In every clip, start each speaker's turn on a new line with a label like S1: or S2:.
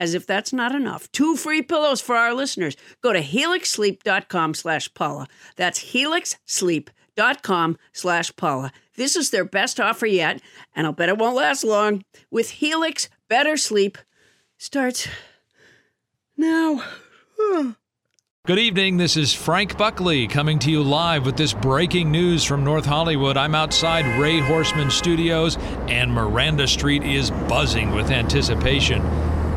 S1: as if that's not enough, two free pillows for our listeners. Go to helixsleep.com slash Paula. That's helixsleep.com slash Paula. This is their best offer yet, and I'll bet it won't last long. With Helix, better sleep starts now.
S2: Good evening. This is Frank Buckley coming to you live with this breaking news from North Hollywood. I'm outside Ray Horseman Studios, and Miranda Street is buzzing with anticipation.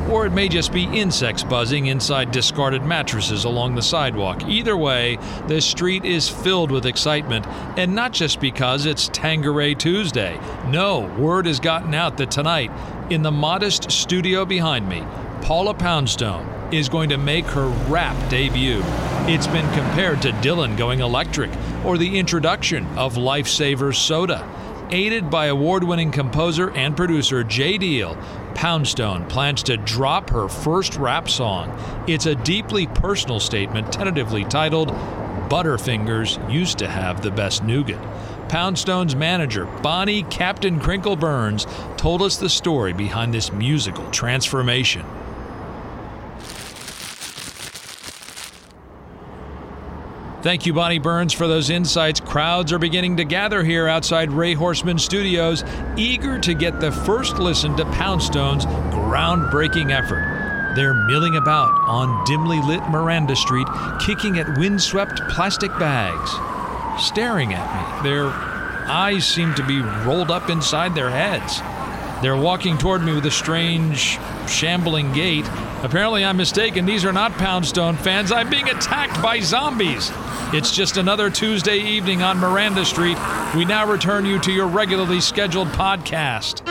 S2: Or it may just be insects buzzing inside discarded mattresses along the sidewalk. Either way, the street is filled with excitement, and not just because it's Tangeray Tuesday. No, word has gotten out that tonight, in the modest studio behind me, Paula Poundstone is going to make her rap debut. It's been compared to Dylan going electric or the introduction of Lifesaver Soda. Aided by award winning composer and producer Jay Deal, Poundstone plans to drop her first rap song. It's a deeply personal statement, tentatively titled Butterfingers Used to Have the Best Nougat. Poundstone's manager, Bonnie Captain Crinkle Burns, told us the story behind this musical transformation. Thank you, Bonnie Burns, for those insights. Crowds are beginning to gather here outside Ray Horseman Studios, eager to get the first listen to Poundstone's groundbreaking effort. They're milling about on dimly lit Miranda Street, kicking at windswept plastic bags staring at me. Their eyes seem to be rolled up inside their heads. They're walking toward me with a strange, shambling gait. Apparently, I'm mistaken. These are not Poundstone fans. I'm being attacked by zombies. It's just another Tuesday evening on Miranda Street. We now return you to your regularly scheduled podcast.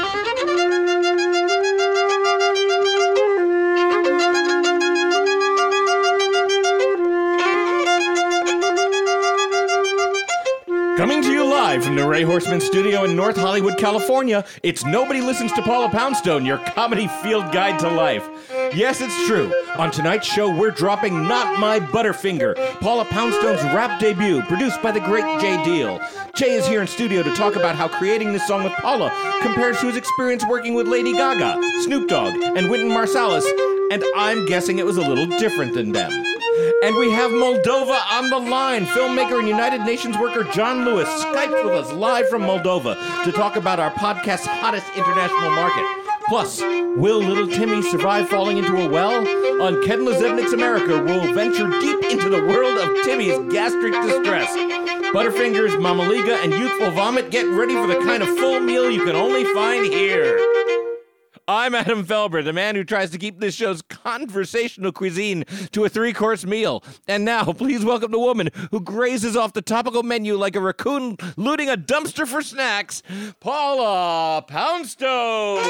S3: Coming to you live from the Ray Horseman Studio in North Hollywood, California, it's Nobody Listens to Paula Poundstone, your comedy field guide to life. Yes, it's true. On tonight's show, we're dropping Not My Butterfinger, Paula Poundstone's rap debut, produced by the great Jay Deal. Jay is here in studio to talk about how creating this song with Paula compares to his experience working with Lady Gaga, Snoop Dogg, and Wynton Marsalis, and I'm guessing it was a little different than them. And we have Moldova on the line. Filmmaker and United Nations worker John Lewis Skypes with us live from Moldova to talk about our podcast's hottest international market. Plus, will little Timmy survive falling into a well? On Ken Lezebnik's America, we'll venture deep into the world of Timmy's gastric distress. Butterfingers, Mama Liga, and Youthful Vomit, get ready for the kind of full meal you can only find here. I'm Adam Felber, the man who tries to keep this show's conversational cuisine to a three course meal. And now, please welcome the woman who grazes off the topical menu like a raccoon looting a dumpster for snacks, Paula Poundstone.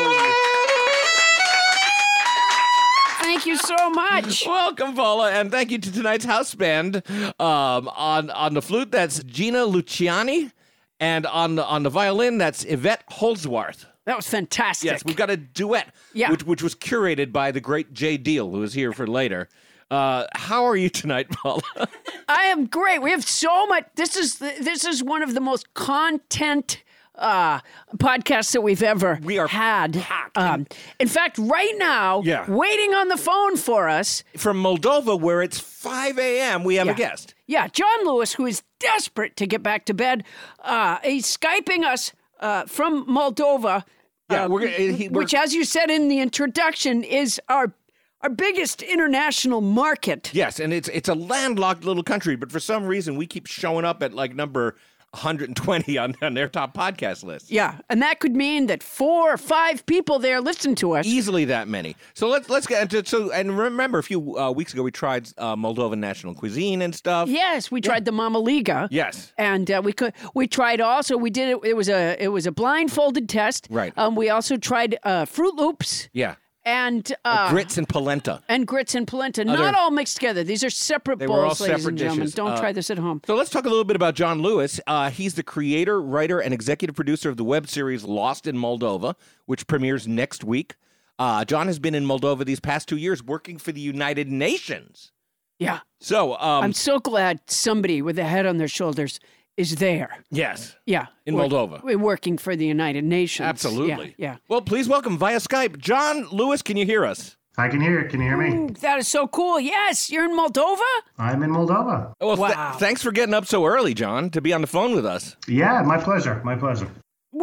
S1: Thank you so much.
S3: Welcome, Paula, and thank you to tonight's house band. Um, on on the flute, that's Gina Luciani, and on the, on the violin, that's Yvette Holsworth.
S1: That was fantastic.
S3: Yes, we've got a duet,
S1: Yeah.
S3: which, which was curated by the great Jay Deal, who is here for later. Uh, how are you tonight, Paula?
S1: I am great. We have so much. This is the, this is one of the most content uh, podcasts that we've ever
S3: We are
S1: had.
S3: packed.
S1: Um, in fact, right now,
S3: Yeah.
S1: waiting on the phone for us,
S3: From Moldova, where it's 5 a.m., we have a
S1: Yeah.
S3: guest.
S1: Yeah, John Lewis, who is desperate to get back to bed, uh, he's skyping us uh, from Moldova.
S3: Yeah,
S1: uh,
S3: we're gonna- he- we're-
S1: which, as you said in the introduction, is our our biggest international market.
S3: Yes, and it's it's a landlocked little country, but for some reason we keep showing up at like number 120 on, on their top podcast list.
S1: Yeah, and that could mean that four or five people there listen to us.
S3: Easily that many. So let's let's get into so and remember a few uh, weeks ago we tried uh, Moldovan national cuisine and stuff.
S1: Yes, we tried the Mama Liga.
S3: Yes.
S1: and uh, we could we tried also we did it. It was a it was a blindfolded test.
S3: Right.
S1: Um, we also tried uh, Fruit Loops.
S3: Yeah.
S1: and uh,
S3: grits and polenta.
S1: and grits and polenta. Not all mixed together. These are separate
S3: They
S1: bowls,
S3: were all
S1: ladies
S3: separate
S1: and gentlemen.
S3: dishes.
S1: Don't
S3: Uh,
S1: try this at home.
S3: So let's talk a little bit about John Lewis. Uh, he's the creator, writer, and executive producer of the web series Lost in Moldova, which premieres next week. Uh, John has been in Moldova these past two years working for the United Nations.
S1: Yeah,
S3: So, um,
S1: I'm so glad somebody with a head on their shoulders is there.
S3: yes,
S1: Yeah,
S3: In Moldova.
S1: we're working for the United Nations.
S3: absolutely.
S1: Yeah,
S3: Well, please welcome via Skype, John Lewis. Can you hear us?
S4: I can hear you. Can you hear
S1: yeah.
S4: me?
S1: Ooh, Mm, that is so cool. Yes, you're in Moldova.
S4: I'm in Moldova.
S3: Oh, Well, th-
S1: Wow.
S3: thanks for getting up so early, John, to be on the phone with us.
S4: Yeah, my pleasure. My pleasure.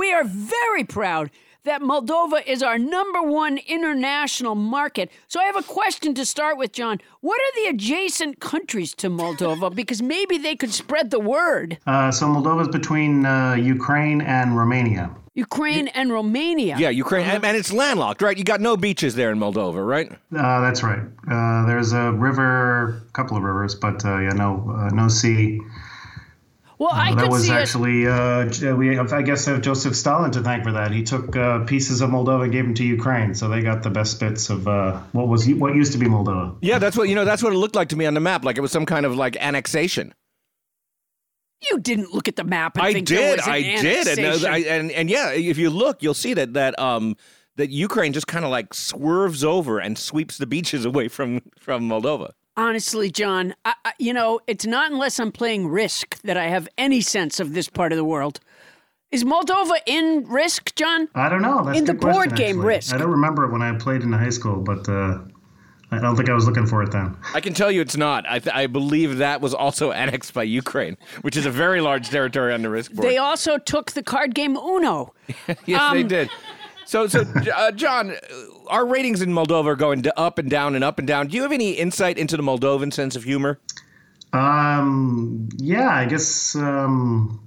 S1: We are very proud that Moldova is our number one international market. So I have a question to start with, John. What are the adjacent countries to Moldova? because maybe they could spread the word.
S4: Uh, so Moldova's between uh, Ukraine and Romania.
S1: Ukraine and Romania.
S3: Yeah, Ukraine, and, and it's landlocked, right? You got no beaches there in Moldova, right?
S4: Uh, that's right. Uh, there's a river, a couple of rivers, but uh, yeah, no, uh, no sea.
S1: Well, I
S4: that
S1: could
S4: was
S1: see us.
S4: actually uh, J- we, have- I guess, have Joseph Stalin to thank for that. He took uh, pieces of Moldova and gave them to Ukraine, so they got the best bits of uh, what was what used to be Moldova.
S3: Yeah, that's what you know. That's what it looked like to me on the map. Like it was some kind of like annexation.
S1: You didn't look at the map. And
S3: I
S1: think there
S3: did,
S1: was an
S3: I did, and, those- I,
S1: annexation.
S3: and and yeah, if you look, you'll see that that um that Ukraine just kind of like swerves over and sweeps the beaches away from from Moldova.
S1: Honestly, John, I, I, you know, it's not unless I'm playing Risk that I have any sense of this part of the world. Is Moldova in Risk, John?
S4: I don't know. That's
S1: In
S4: a
S1: the
S4: good question,
S1: board game
S4: actually.
S1: Risk.
S4: I don't remember it when I played in high school, but uh, I don't think I was looking for it then.
S3: I can tell you, it's not. I th- I believe that was also annexed by Ukraine, which is a very large territory on the risk board.
S1: They also took the card game Uno. Um,
S3: yes, they did. So, so uh, John, uh, our ratings in Moldova are going d- up and down and up and down. Do you have any insight into the Moldovan sense of humor?
S4: Um, yeah, I guess um,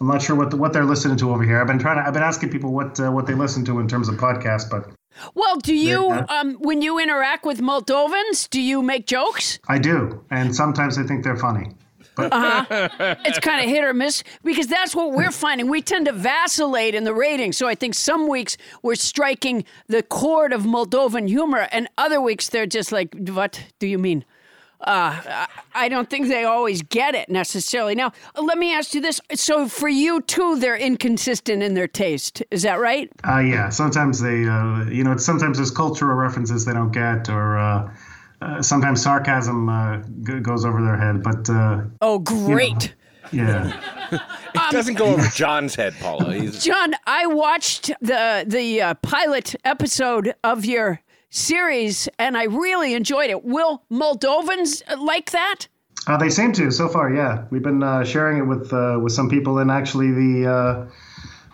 S4: I'm not sure what the, what they're listening to over here. I've been trying to. I've been asking people what uh, what they listen to in terms of podcasts, but
S1: Well, do you,
S4: Yeah.
S1: um, when you interact with Moldovans, do you make jokes?
S4: I do, and sometimes I think they're funny.
S1: Uh-huh. It's kind of hit or miss because that's what we're finding. We tend to vacillate in the ratings. So I think some weeks we're striking the chord of Moldovan humor, and other weeks they're just like, what do you mean? Uh, I- I don't think they always get it necessarily. Now, let me ask you this. So for you, too, they're inconsistent in their taste. Is that right?
S4: Uh, yeah, sometimes they, uh, you know, it's, sometimes there's cultural references they don't get, or uh, uh, sometimes sarcasm uh, g- goes over their head. But uh,
S1: Oh, great.
S4: yeah.
S3: it doesn't go over John's head, Paula. He's,
S1: John, I watched the the uh, pilot episode of your series, and I really enjoyed it. Will Moldovans uh, like that?
S4: Uh, they seem to so far. Yeah, we've been uh, sharing it with uh, with some people, and actually the uh,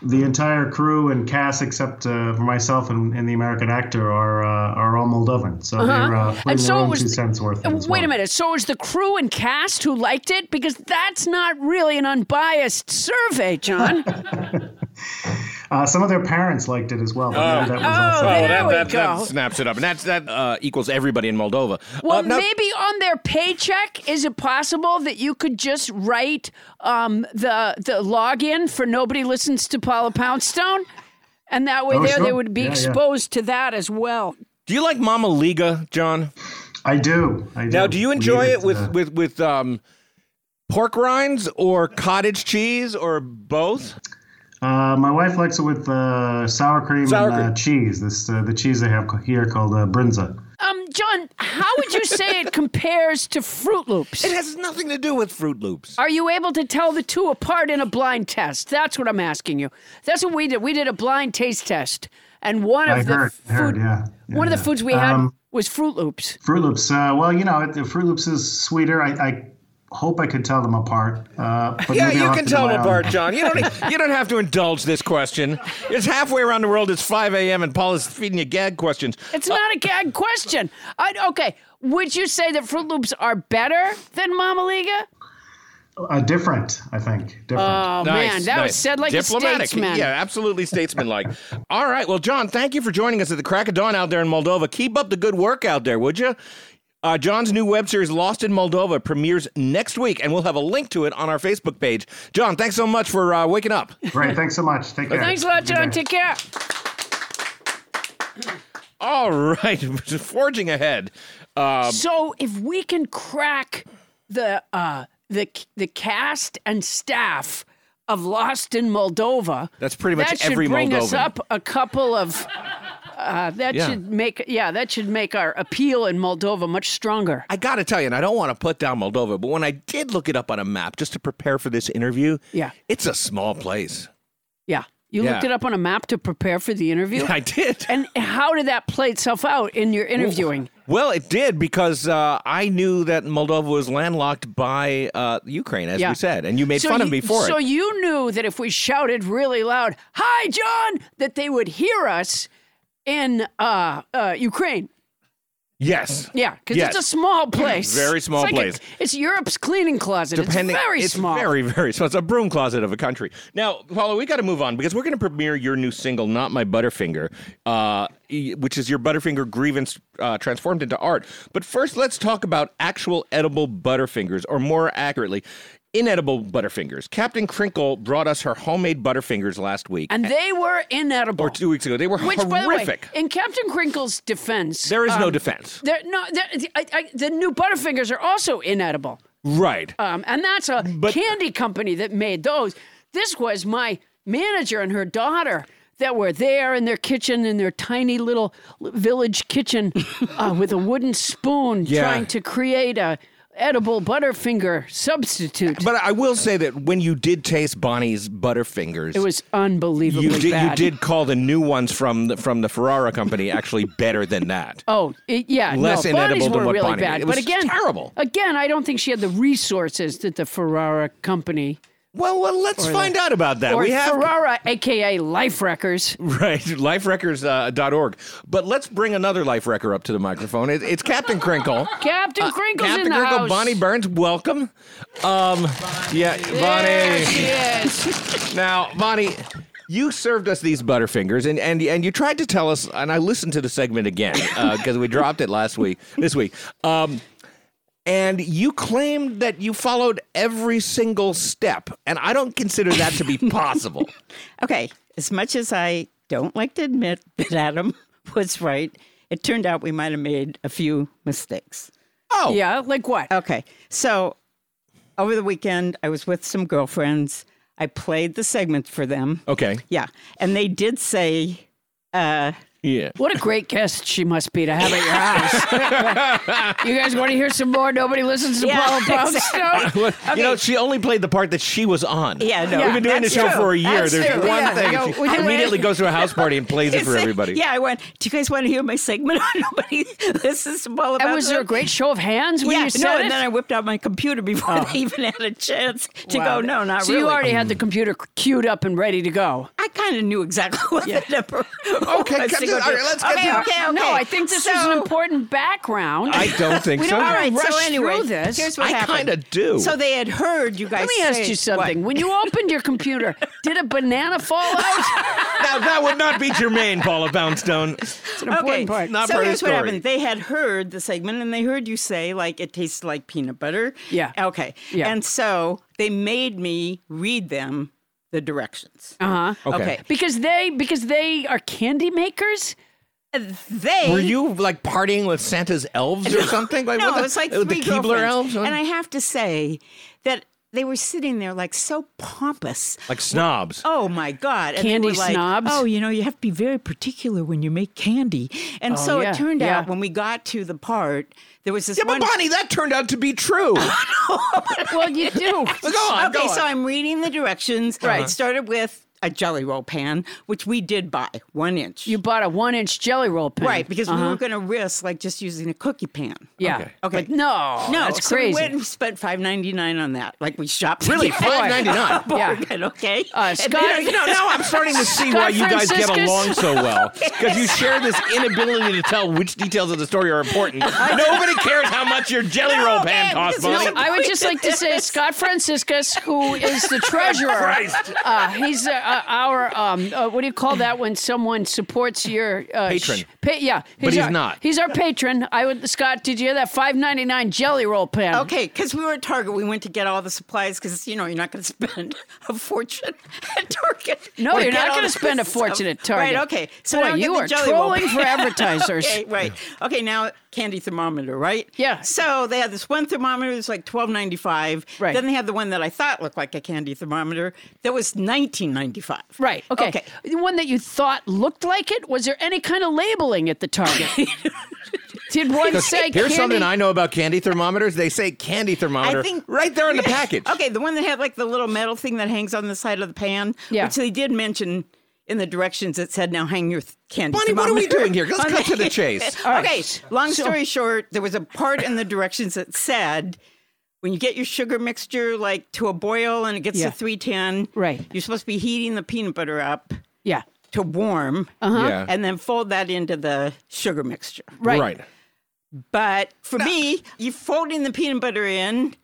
S4: the entire crew and cast, except uh, for myself and, and the American actor, are uh, are all Moldovan. So they're uh, putting
S1: Uh-huh. And so
S4: their
S1: it
S4: own
S1: was-
S4: two cents worth. in
S1: Uh,
S4: as
S1: Wait a
S4: well.
S1: minute. So is the crew and cast who liked it? Because that's not really an unbiased survey, John.
S4: Uh, some of their parents liked it as well. but
S3: Uh,
S4: maybe that was
S1: Oh,
S4: also-
S1: there we
S3: that,
S1: go.
S3: that snaps it up, and that's that uh, equals everybody in Moldova.
S1: Well,
S3: Uh, now-
S1: maybe on their paycheck, is it possible that you could just write um, the the login for nobody listens to Paula Poundstone, and that way
S4: Oh,
S1: there they
S4: sure.
S1: would be
S4: Yeah, yeah.
S1: exposed to that as well.
S3: do you like Mama Liga, John?
S4: I do. I do.
S3: Now, do you
S4: We
S3: enjoy
S4: eat
S3: it with
S4: uh,
S3: with with um, pork rinds or cottage cheese
S1: uh,
S3: or both?
S4: Uh, my wife likes it with uh, sour cream
S3: Sour
S4: and
S3: cream.
S4: Uh, cheese. This uh, the cheese they have here called uh, brinza.
S1: Um, John, how would you say it compares to Fruit Loops?
S3: It has nothing to do with Fruit Loops.
S1: Are you able to tell the two apart in a blind test? That's what I'm asking you. That's what we did. We did a blind taste test, and one
S4: I
S1: of the
S4: heard.
S1: food,
S4: I heard. Yeah.
S1: one of the
S4: Yeah.
S1: foods we had
S4: Um,
S1: was Fruit Loops.
S4: Fruit Loops. Uh, well, you know, it, the Fruit Loops is sweeter. I, I hope I could tell them apart. Uh, but
S3: Yeah,
S4: maybe
S3: you
S4: I'll have
S3: can
S4: to do
S3: tell
S4: my
S3: them
S4: own.
S3: apart, John. You don't you don't have to indulge this question. It's halfway around the world. It's five a.m. and Paula's feeding you gag questions.
S1: It's not a gag question. I, okay, would you say that Fruit Loops are better than Mama Liga?
S4: Uh, different, I think. Different.
S1: Oh man, that was said like a
S3: Uh, Diplomatic.
S1: statesman.
S3: Yeah, absolutely statesmanlike. All right. Well, John, thank you for joining us at the crack of dawn out there in Moldova. Keep up the good work out there, would you? Uh, John's new web series, Lost in Moldova, premieres next week, and we'll have a link to it on our Facebook page. John, thanks so much for uh, waking up.
S4: Great. Thanks so much. Take care.
S1: Thanks a lot,
S4: Good
S1: John.
S4: day.
S1: Take care.
S3: All right, forging ahead. Um,
S1: So if we can crack the uh, the the cast and staff of Lost in Moldova,
S3: That's pretty much
S1: that should
S3: every
S1: bring us
S3: Moldovan.
S1: up a couple of. Uh, that
S3: Yeah.
S1: should make yeah that should make our appeal in Moldova much stronger.
S3: I got to tell you, and I don't want to put down Moldova, but when I did look it up on a map just to prepare for this interview,
S1: Yeah.
S3: it's a small place.
S1: Yeah, you
S3: Yeah.
S1: looked it up on a map to prepare for the interview.
S3: I did.
S1: and how did that play itself out in your interviewing?
S3: Well, it did because uh, I knew that Moldova was landlocked by uh, Ukraine, as
S1: Yeah.
S3: we said, and you made
S1: So
S3: fun
S1: you-
S3: of me for
S1: So
S3: it.
S1: you knew that if we shouted really loud, "Hi, John," that they would hear us in uh, uh, Ukraine.
S3: yes.
S1: Yeah, because
S3: Yes.
S1: it's a small place.
S3: Very small
S1: it's like a-
S3: place.
S1: it's Europe's cleaning closet.
S3: Depending,
S1: it's very
S3: it's
S1: small.
S3: Very, very small. It's a broom closet of a country. Now, Paula, we got to move on because we're going to premiere your new single, "Not My Butterfinger," uh, e- which is your Butterfinger grievance uh, transformed into art. But first, let's talk about actual edible Butterfingers, or more accurately, inedible Butterfingers. Captain Crinkle brought us her homemade Butterfingers last week,
S1: and they were inedible.
S3: or two weeks ago. They were
S1: Which,
S3: horrific.
S1: by the way, in Captain Crinkle's defense,
S3: there is no
S1: um,
S3: defense.
S1: There, no, there, I, I, the new Butterfingers are also inedible,
S3: Right.
S1: um, and that's a
S3: uh,
S1: candy company that made those. This was my manager and her daughter that were there in their kitchen in their tiny little village kitchen uh, with a wooden spoon,
S3: Yeah.
S1: trying to create a edible Butterfinger substitute.
S3: but I will say that when you did taste Bonnie's Butterfingers,
S1: It was unbelievably
S3: you did
S1: bad.
S3: you did call the new ones from the from the Ferrara company actually better than that.
S1: Oh, it, yeah.
S3: Less
S1: no,
S3: inedible
S1: Bonnie's
S3: than
S1: were
S3: what
S1: really
S3: Bonnie
S1: bad.
S3: did. It
S1: but
S3: was
S1: again,
S3: terrible.
S1: Again, I don't think she had the resources that the Ferrara company
S3: Well, well, let's find out about that.
S1: or
S3: we have
S1: Ferrara, aka Life Wreckers.
S3: right liferecords.org. But let's bring another life wrecker up to the microphone. It, it's Captain Crinkle.
S1: Captain Crinkle's
S3: Uh, Captain
S1: in the
S3: Crinkle,
S1: house.
S3: Bonnie Burns, welcome. Um, yeah,
S1: There
S3: Bonnie.
S1: she is.
S3: Now, Bonnie, you served us these Butterfingers, and and and you tried to tell us, and I listened to the segment again because we dropped it last week, this week. Um, and you claimed that you followed every single step, and I don't consider that to be possible.
S5: Okay, as much as I don't like to admit that Adam was right, it turned out we might have made a few mistakes.
S3: oh,
S1: Yeah, like what?
S5: Okay, so over the weekend, I was with some girlfriends. I played the segment for them.
S3: okay,
S5: Yeah, and they did say, uh,
S3: yeah.
S1: What a great guest she must be to have at your house. you guys want to hear some more? Nobody listens to
S5: Yeah,
S1: Paula Poundstone.
S3: You know, she only played the part that she was on.
S5: "Yeah, no,
S3: We've been doing
S5: that's
S3: this show
S5: true.
S3: for a year.
S5: That's
S3: There's
S5: true.
S3: one
S1: Yeah, you
S3: thing.
S1: know, we
S3: she
S1: did-
S3: immediately goes to a house party and plays it for
S5: It's-
S3: everybody.
S5: Yeah, I went. Do you guys want to hear my segment? Nobody listens to all about.
S1: And was there a
S5: that?"
S1: great show of hands when
S5: yeah,
S1: you said
S5: no,
S1: it? Oh,
S5: and then I whipped out my computer before they even had a chance to
S1: Wow.
S5: go. No, not
S1: so
S5: really.
S1: you already had the computer queued up and ready to go.
S5: I kind of knew exactly what the number.
S3: Okay,
S5: was gonna
S3: come to- all
S5: be.
S3: right, let's get
S5: okay,
S3: to-
S5: okay, okay.
S1: No, I think this
S5: so,
S1: is an important background.
S3: I don't think so.
S5: All right,
S1: rush
S5: so anyway,
S1: through this.
S5: here's what
S3: I
S5: happened.
S3: kinda do.
S5: So they had heard you guys.
S1: Let me ask
S5: say-
S1: you something.
S5: What?
S1: When you opened your computer, did a banana fall out?
S3: now that would not be Jermaine, Paula Poundstone.
S5: Mm-hmm. Okay,
S1: important part.
S3: Not
S5: so
S3: part of the
S5: here's what
S3: story.
S5: happened. They had heard the segment, and they heard you say like it tastes like peanut butter.
S1: Yeah.
S5: Okay.
S1: Yeah.
S5: And so they made me read them the directions.
S1: Uh huh.
S3: Okay.
S1: Because they because they are candy makers.
S5: Uh, They
S3: Were you like partying with Santa's elves or something? Like,
S5: no,
S3: what the-
S5: it was like
S3: the
S5: three
S3: Keebler
S5: girlfriends.
S3: elves,
S5: And I have to say that they were sitting there like so pompous.
S3: like snobs.
S5: Oh my God! And they
S1: Candy
S5: were like,
S1: snobs?
S5: Oh, you know, you have to be very particular when you make candy. And
S3: Oh,
S5: so
S1: Oh, yeah,
S5: it turned
S1: yeah.
S5: out when we got to the part, there was this
S3: yeah,
S5: one.
S3: but Bonnie, that turned out to be true. go
S1: Well, you do.
S3: on,
S5: okay,
S3: go on.
S5: so I'm reading the directions. Right. It started with a jelly roll pan, which we did buy one inch.
S1: You bought a one inch jelly roll Uh-huh. pen.
S5: right, because
S3: Uh-huh.
S5: we weren't going to risk like just using a cookie pan.
S1: Yeah.
S3: Okay.
S5: Okay.
S1: But no.
S5: No,
S1: That's
S5: so
S1: crazy.
S5: We went and spent five ninety nine on that. Like we shopped.
S3: really,
S5: Yeah.
S3: five ninety nine.
S1: Yeah.
S5: bargain, okay?
S1: Uh,
S5: And
S1: Scott-
S5: then-
S3: You know, now I'm starting to see why you guys get
S1: Franciscus.
S3: along so well because you share this inability to tell which details of the story are important. Nobody cares how much your jelly roll pan
S5: man,
S3: costs,
S5: this is-
S3: Bonnie.
S5: No,
S1: I would just like to say Scott Franciscus, who is the treasurer.
S3: Christ.
S1: Uh, he's a, uh, our um, uh, what do you call that when someone supports your uh,
S3: Patron.
S1: pa- yeah,
S3: But he's
S1: our-
S3: not.
S1: He's our patron. I would Scott. Did you hear that? Five ninety nine jelly roll pan.
S5: Okay, because we were at Target, we went to get all the supplies because you know you're not going to spend a fortune at Target.
S1: No,
S5: to
S1: you're
S5: get
S1: not
S5: all
S1: gonna
S5: this
S1: spend a
S5: stuff.
S1: fortune at Target.
S5: Right? Okay, so
S1: Boy,
S5: now I get
S1: you
S5: the
S1: are
S5: jelly roll.
S1: trolling for advertisers.
S5: okay, right? Okay, now candy thermometer, right?
S1: Yeah.
S5: So they had this one thermometer that's like twelve ninety five.
S1: Right.
S5: Then they had the one that I thought looked like a candy thermometer that was nineteen ninety five.
S1: Right. Okay.
S5: Okay.
S1: The one that you thought looked like it. Was there any kind of labeling at the target? Did one say
S3: Here's
S1: candy?
S3: something I know about candy thermometers. They say candy thermometer
S5: I think-
S3: right there on the package.
S5: Okay, the one that had like the little metal thing that hangs on the side of the pan,
S1: Yeah.
S5: which they did mention in the directions that said now hang your th- candy.
S3: Bonnie, what are we
S5: thermometer
S3: doing here? Let's
S5: on
S3: cut to the chase.
S1: right.
S5: Okay, long story short, there was a part in the directions that said when you get your sugar mixture like to a boil and it gets
S1: Yeah.
S5: to 310,
S1: Right.
S5: you're supposed to be heating the peanut butter up
S1: Yeah.
S5: to warm
S3: Yeah.
S5: Uh-huh. and then fold that into the sugar mixture.
S1: Right.
S3: right.
S5: But for me, you folding the peanut butter in.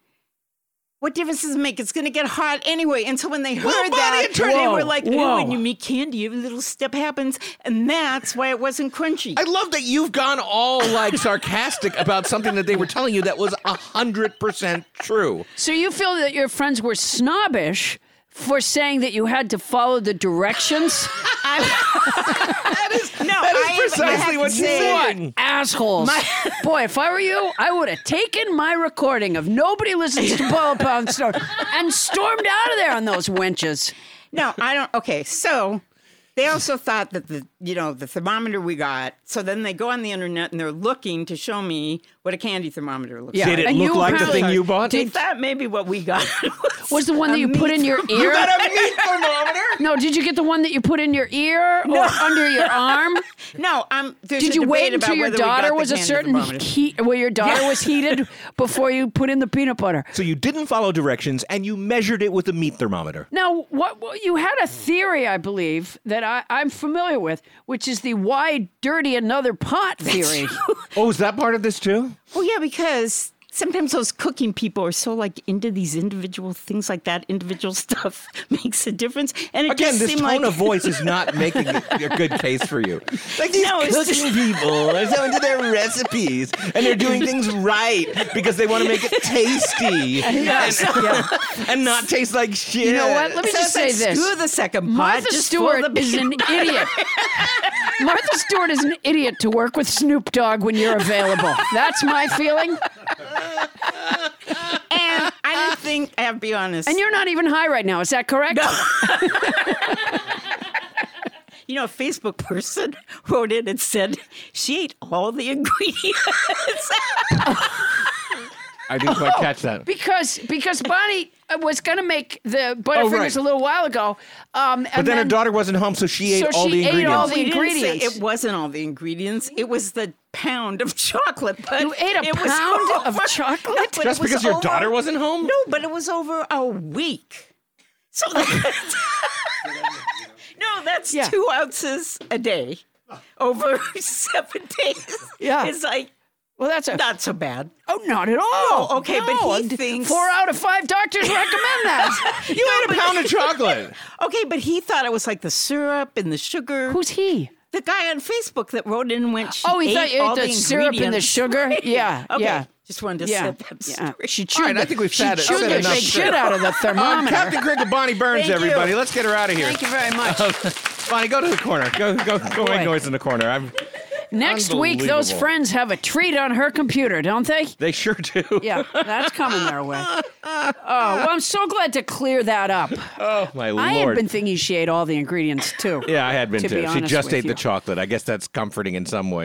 S5: What difference does it make? It's going to get hot anyway. And so when they heard that,
S3: Bonnie, it turned-
S5: they
S1: Whoa,
S5: were like,
S1: whoa.
S5: oh, when you meet candy, every little step happens. And that's why it wasn't crunchy.
S3: I love that you've gone all like sarcastic about something that they were telling you that was hundred percent true.
S1: So you feel that your friends were snobbish for saying that you had to follow the directions?
S5: that is, no,
S3: That is
S5: I- I have
S3: precisely
S5: to
S3: what you
S5: say-
S3: said.
S1: Assholes. Boy, if I were you, I would have taken my recording of Nobody Listens to Paula Poundstone and stormed out of there on those wenches.
S5: No, I don't. Okay, so they also thought that the you know the thermometer we got. So then they go on the internet and they're looking to show me what a candy thermometer looks
S1: Yeah.
S5: like.
S3: Did it
S1: And
S3: look
S1: you
S3: like the thing
S1: apparently-
S3: you bought?
S5: Did that maybe what we got was,
S1: Was the one that
S5: a
S1: you put
S5: meat
S1: in your ear?
S3: got a meat thermometer.
S1: no, did you get the one that you put in your ear or under your arm?
S5: No, um, there's
S1: Did
S5: a
S1: you wait
S5: debate
S1: until
S5: about
S1: your
S5: whether we got
S1: daughter
S5: the
S1: was a
S5: candy
S1: certain
S5: thermometer.
S1: heat, where your daughter was heated before you put in the peanut butter?
S3: So you didn't follow directions and you measured it with a meat thermometer.
S1: Now, what what- you had a theory, I believe, that I, I'm familiar with, which is the why dirty another pot theory.
S3: Oh, is that part of this too?
S5: Oh yeah, because sometimes those cooking people are so like into these individual things like that. Individual stuff makes a difference, and it
S3: Again,
S5: just
S3: this
S5: seemed like
S3: tone of voice is not making a a good case for you. Like these
S5: No, it's
S3: cooking people are so into their recipes and they're doing things right because they want to make it tasty and, and not taste like shit.
S1: know what? Let me
S5: So it's
S1: just
S5: like,
S1: say this.
S5: Screw the second pot.
S1: Martha
S5: just fill
S1: Stewart
S5: the
S1: is an idiot. Martha Stewart is an idiot to work with Snoop Dogg when you're available. That's my feeling.
S5: And I don't think I have to be honest.
S1: And you're not even high right now. Is that correct?
S5: you know, a Facebook person wrote in and said she ate all the ingredients.
S3: I didn't quite catch that.
S1: Oh, Because because Bonnie uh, was going to make the butterfingers
S3: Oh, right.
S1: a little while ago. Um,
S3: But then her daughter wasn't home, so she ate
S1: So
S3: all
S1: she
S3: the
S1: ate
S3: ingredients.
S1: all the
S5: We didn't say
S1: ingredients.
S5: it wasn't all the ingredients. It was the pound of chocolate. But
S1: You ate a
S5: it was
S1: pound of
S5: over-
S1: chocolate?
S5: No, but it
S3: Just
S5: was
S3: because your
S5: over-
S3: daughter wasn't home?
S5: No, but it was over a week. So that's no, Oh, that's
S1: Yeah.
S5: two ounces a day over seven days.
S1: Yeah.
S5: it's like
S1: well, that's a
S5: not so bad.
S1: oh, not at all.
S5: No, okay, but
S1: No,
S5: he thinks-
S1: four out of five doctors recommend that.
S3: You ate a pound of chocolate.
S5: Okay, but he thought it was like the syrup and the sugar.
S1: Who's he?
S5: the guy on Facebook that wrote in and went? She
S1: Oh, he
S5: ate
S1: thought you
S5: all
S1: ate the, syrup and the
S5: ingredients."
S1: sugar. Yeah,
S5: Okay,
S1: yeah.
S5: just wanted to
S1: Yeah,
S5: set that
S1: yeah.
S5: story.
S1: She
S3: All
S1: chewed.
S3: right, I
S1: the-
S3: think we've
S1: she
S3: said,
S1: chewed
S3: said
S1: the
S3: enough.
S1: shit out of the
S3: Um,
S1: thermometer.
S3: Captain Cricket, Bonnie Burns,
S5: Thank you.
S3: everybody. Let's get her out of here.
S1: Thank you very much.
S3: Bonnie, go to the corner. Go, go, go make noise in the corner. I'm,
S1: Next week, those
S3: Unbelievable.
S1: friends have a treat on her computer, don't they?
S3: they sure do.
S1: Yeah, that's coming their way. Oh, well, I'm so glad to clear that up.
S3: Oh my
S1: I have
S3: lord.
S1: been thinking she ate all the ingredients too.
S3: yeah, I had been
S1: to be
S3: too. She
S1: honest
S3: just
S1: with
S3: ate
S1: you.
S3: the chocolate. I guess that's comforting in some way.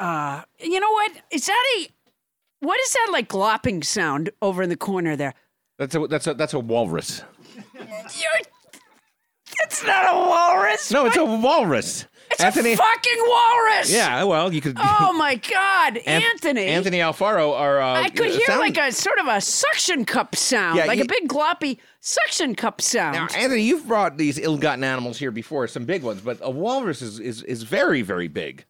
S1: You know what? Is that a what is that like glopping sound over in the corner there?
S6: That's a that's a that's a walrus.
S1: You're, it's not a walrus.
S6: No, it's a walrus.
S1: it's a fucking walrus.
S6: yeah, well, you could.
S1: Oh my God,
S6: An-
S1: Anthony.
S6: Anthony Alfaro, our uh,
S1: I could
S6: uh,
S1: hear
S6: sound-
S1: like a sort of a suction cup sound,
S6: Yeah,
S1: like a
S6: he-
S1: big gloppy suction cup sound.
S3: Now,
S6: Anthony, you've brought these ill-gotten animals here before, some big ones, but a walrus is is, is very very big.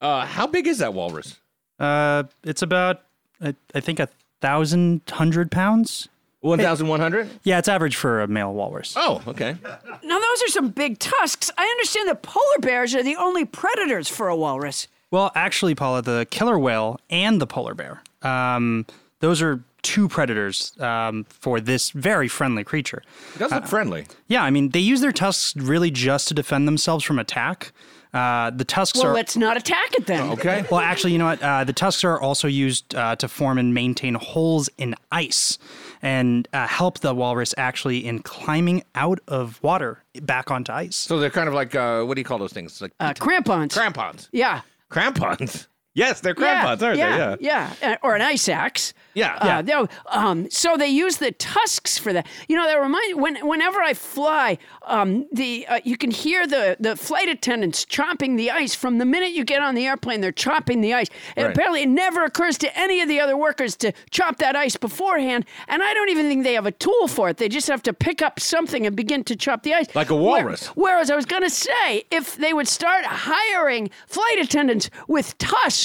S6: Uh, how big is that walrus?
S7: Uh, it's about I, I think a thousand hundred pounds.
S6: One thousand one hundred.
S7: Yeah, it's average for a male walrus.
S6: Oh, okay.
S1: Now, those are some big tusks. I understand that polar bears are the only predators for a walrus.
S7: Well, actually, Paula, the killer whale and the polar bear. Um, those are two predators um, for this very friendly creature. Uh,
S6: It does look friendly.
S7: Yeah, I mean, they use their tusks really just to defend themselves from attack. Uh, the tusks
S1: Well,
S7: are
S1: let's not attack it then.
S6: Okay.
S7: Well, actually, you know what? Uh, the tusks are also used uh, to form and maintain holes in ice and uh, help the walrus actually in climbing out of water back onto ice.
S6: So they're kind of like uh, what do you call those things? Like
S1: Uh, crampons.
S6: crampons.
S1: Yeah.
S6: Crampons. Yes, they're
S1: Yeah,
S6: crampons, aren't
S1: yeah,
S6: they? Yeah.
S1: Yeah. Uh, Or an ice axe.
S6: Yeah.
S1: Uh,
S6: Yeah.
S1: they'll- um, so they use the tusks for that. You know, that reminds when whenever I fly, um, the uh, you can hear the the flight attendants chopping the ice from the minute you get on the airplane. They're chopping the ice. And
S6: Right.
S1: apparently, it never occurs to any of the other workers to chop that ice beforehand. And I don't even think they have a tool for it. They just have to pick up something and begin to chop the ice,
S6: Like a
S1: Where-
S6: walrus.
S1: Whereas I was going to say, if they would start hiring flight attendants with tusks,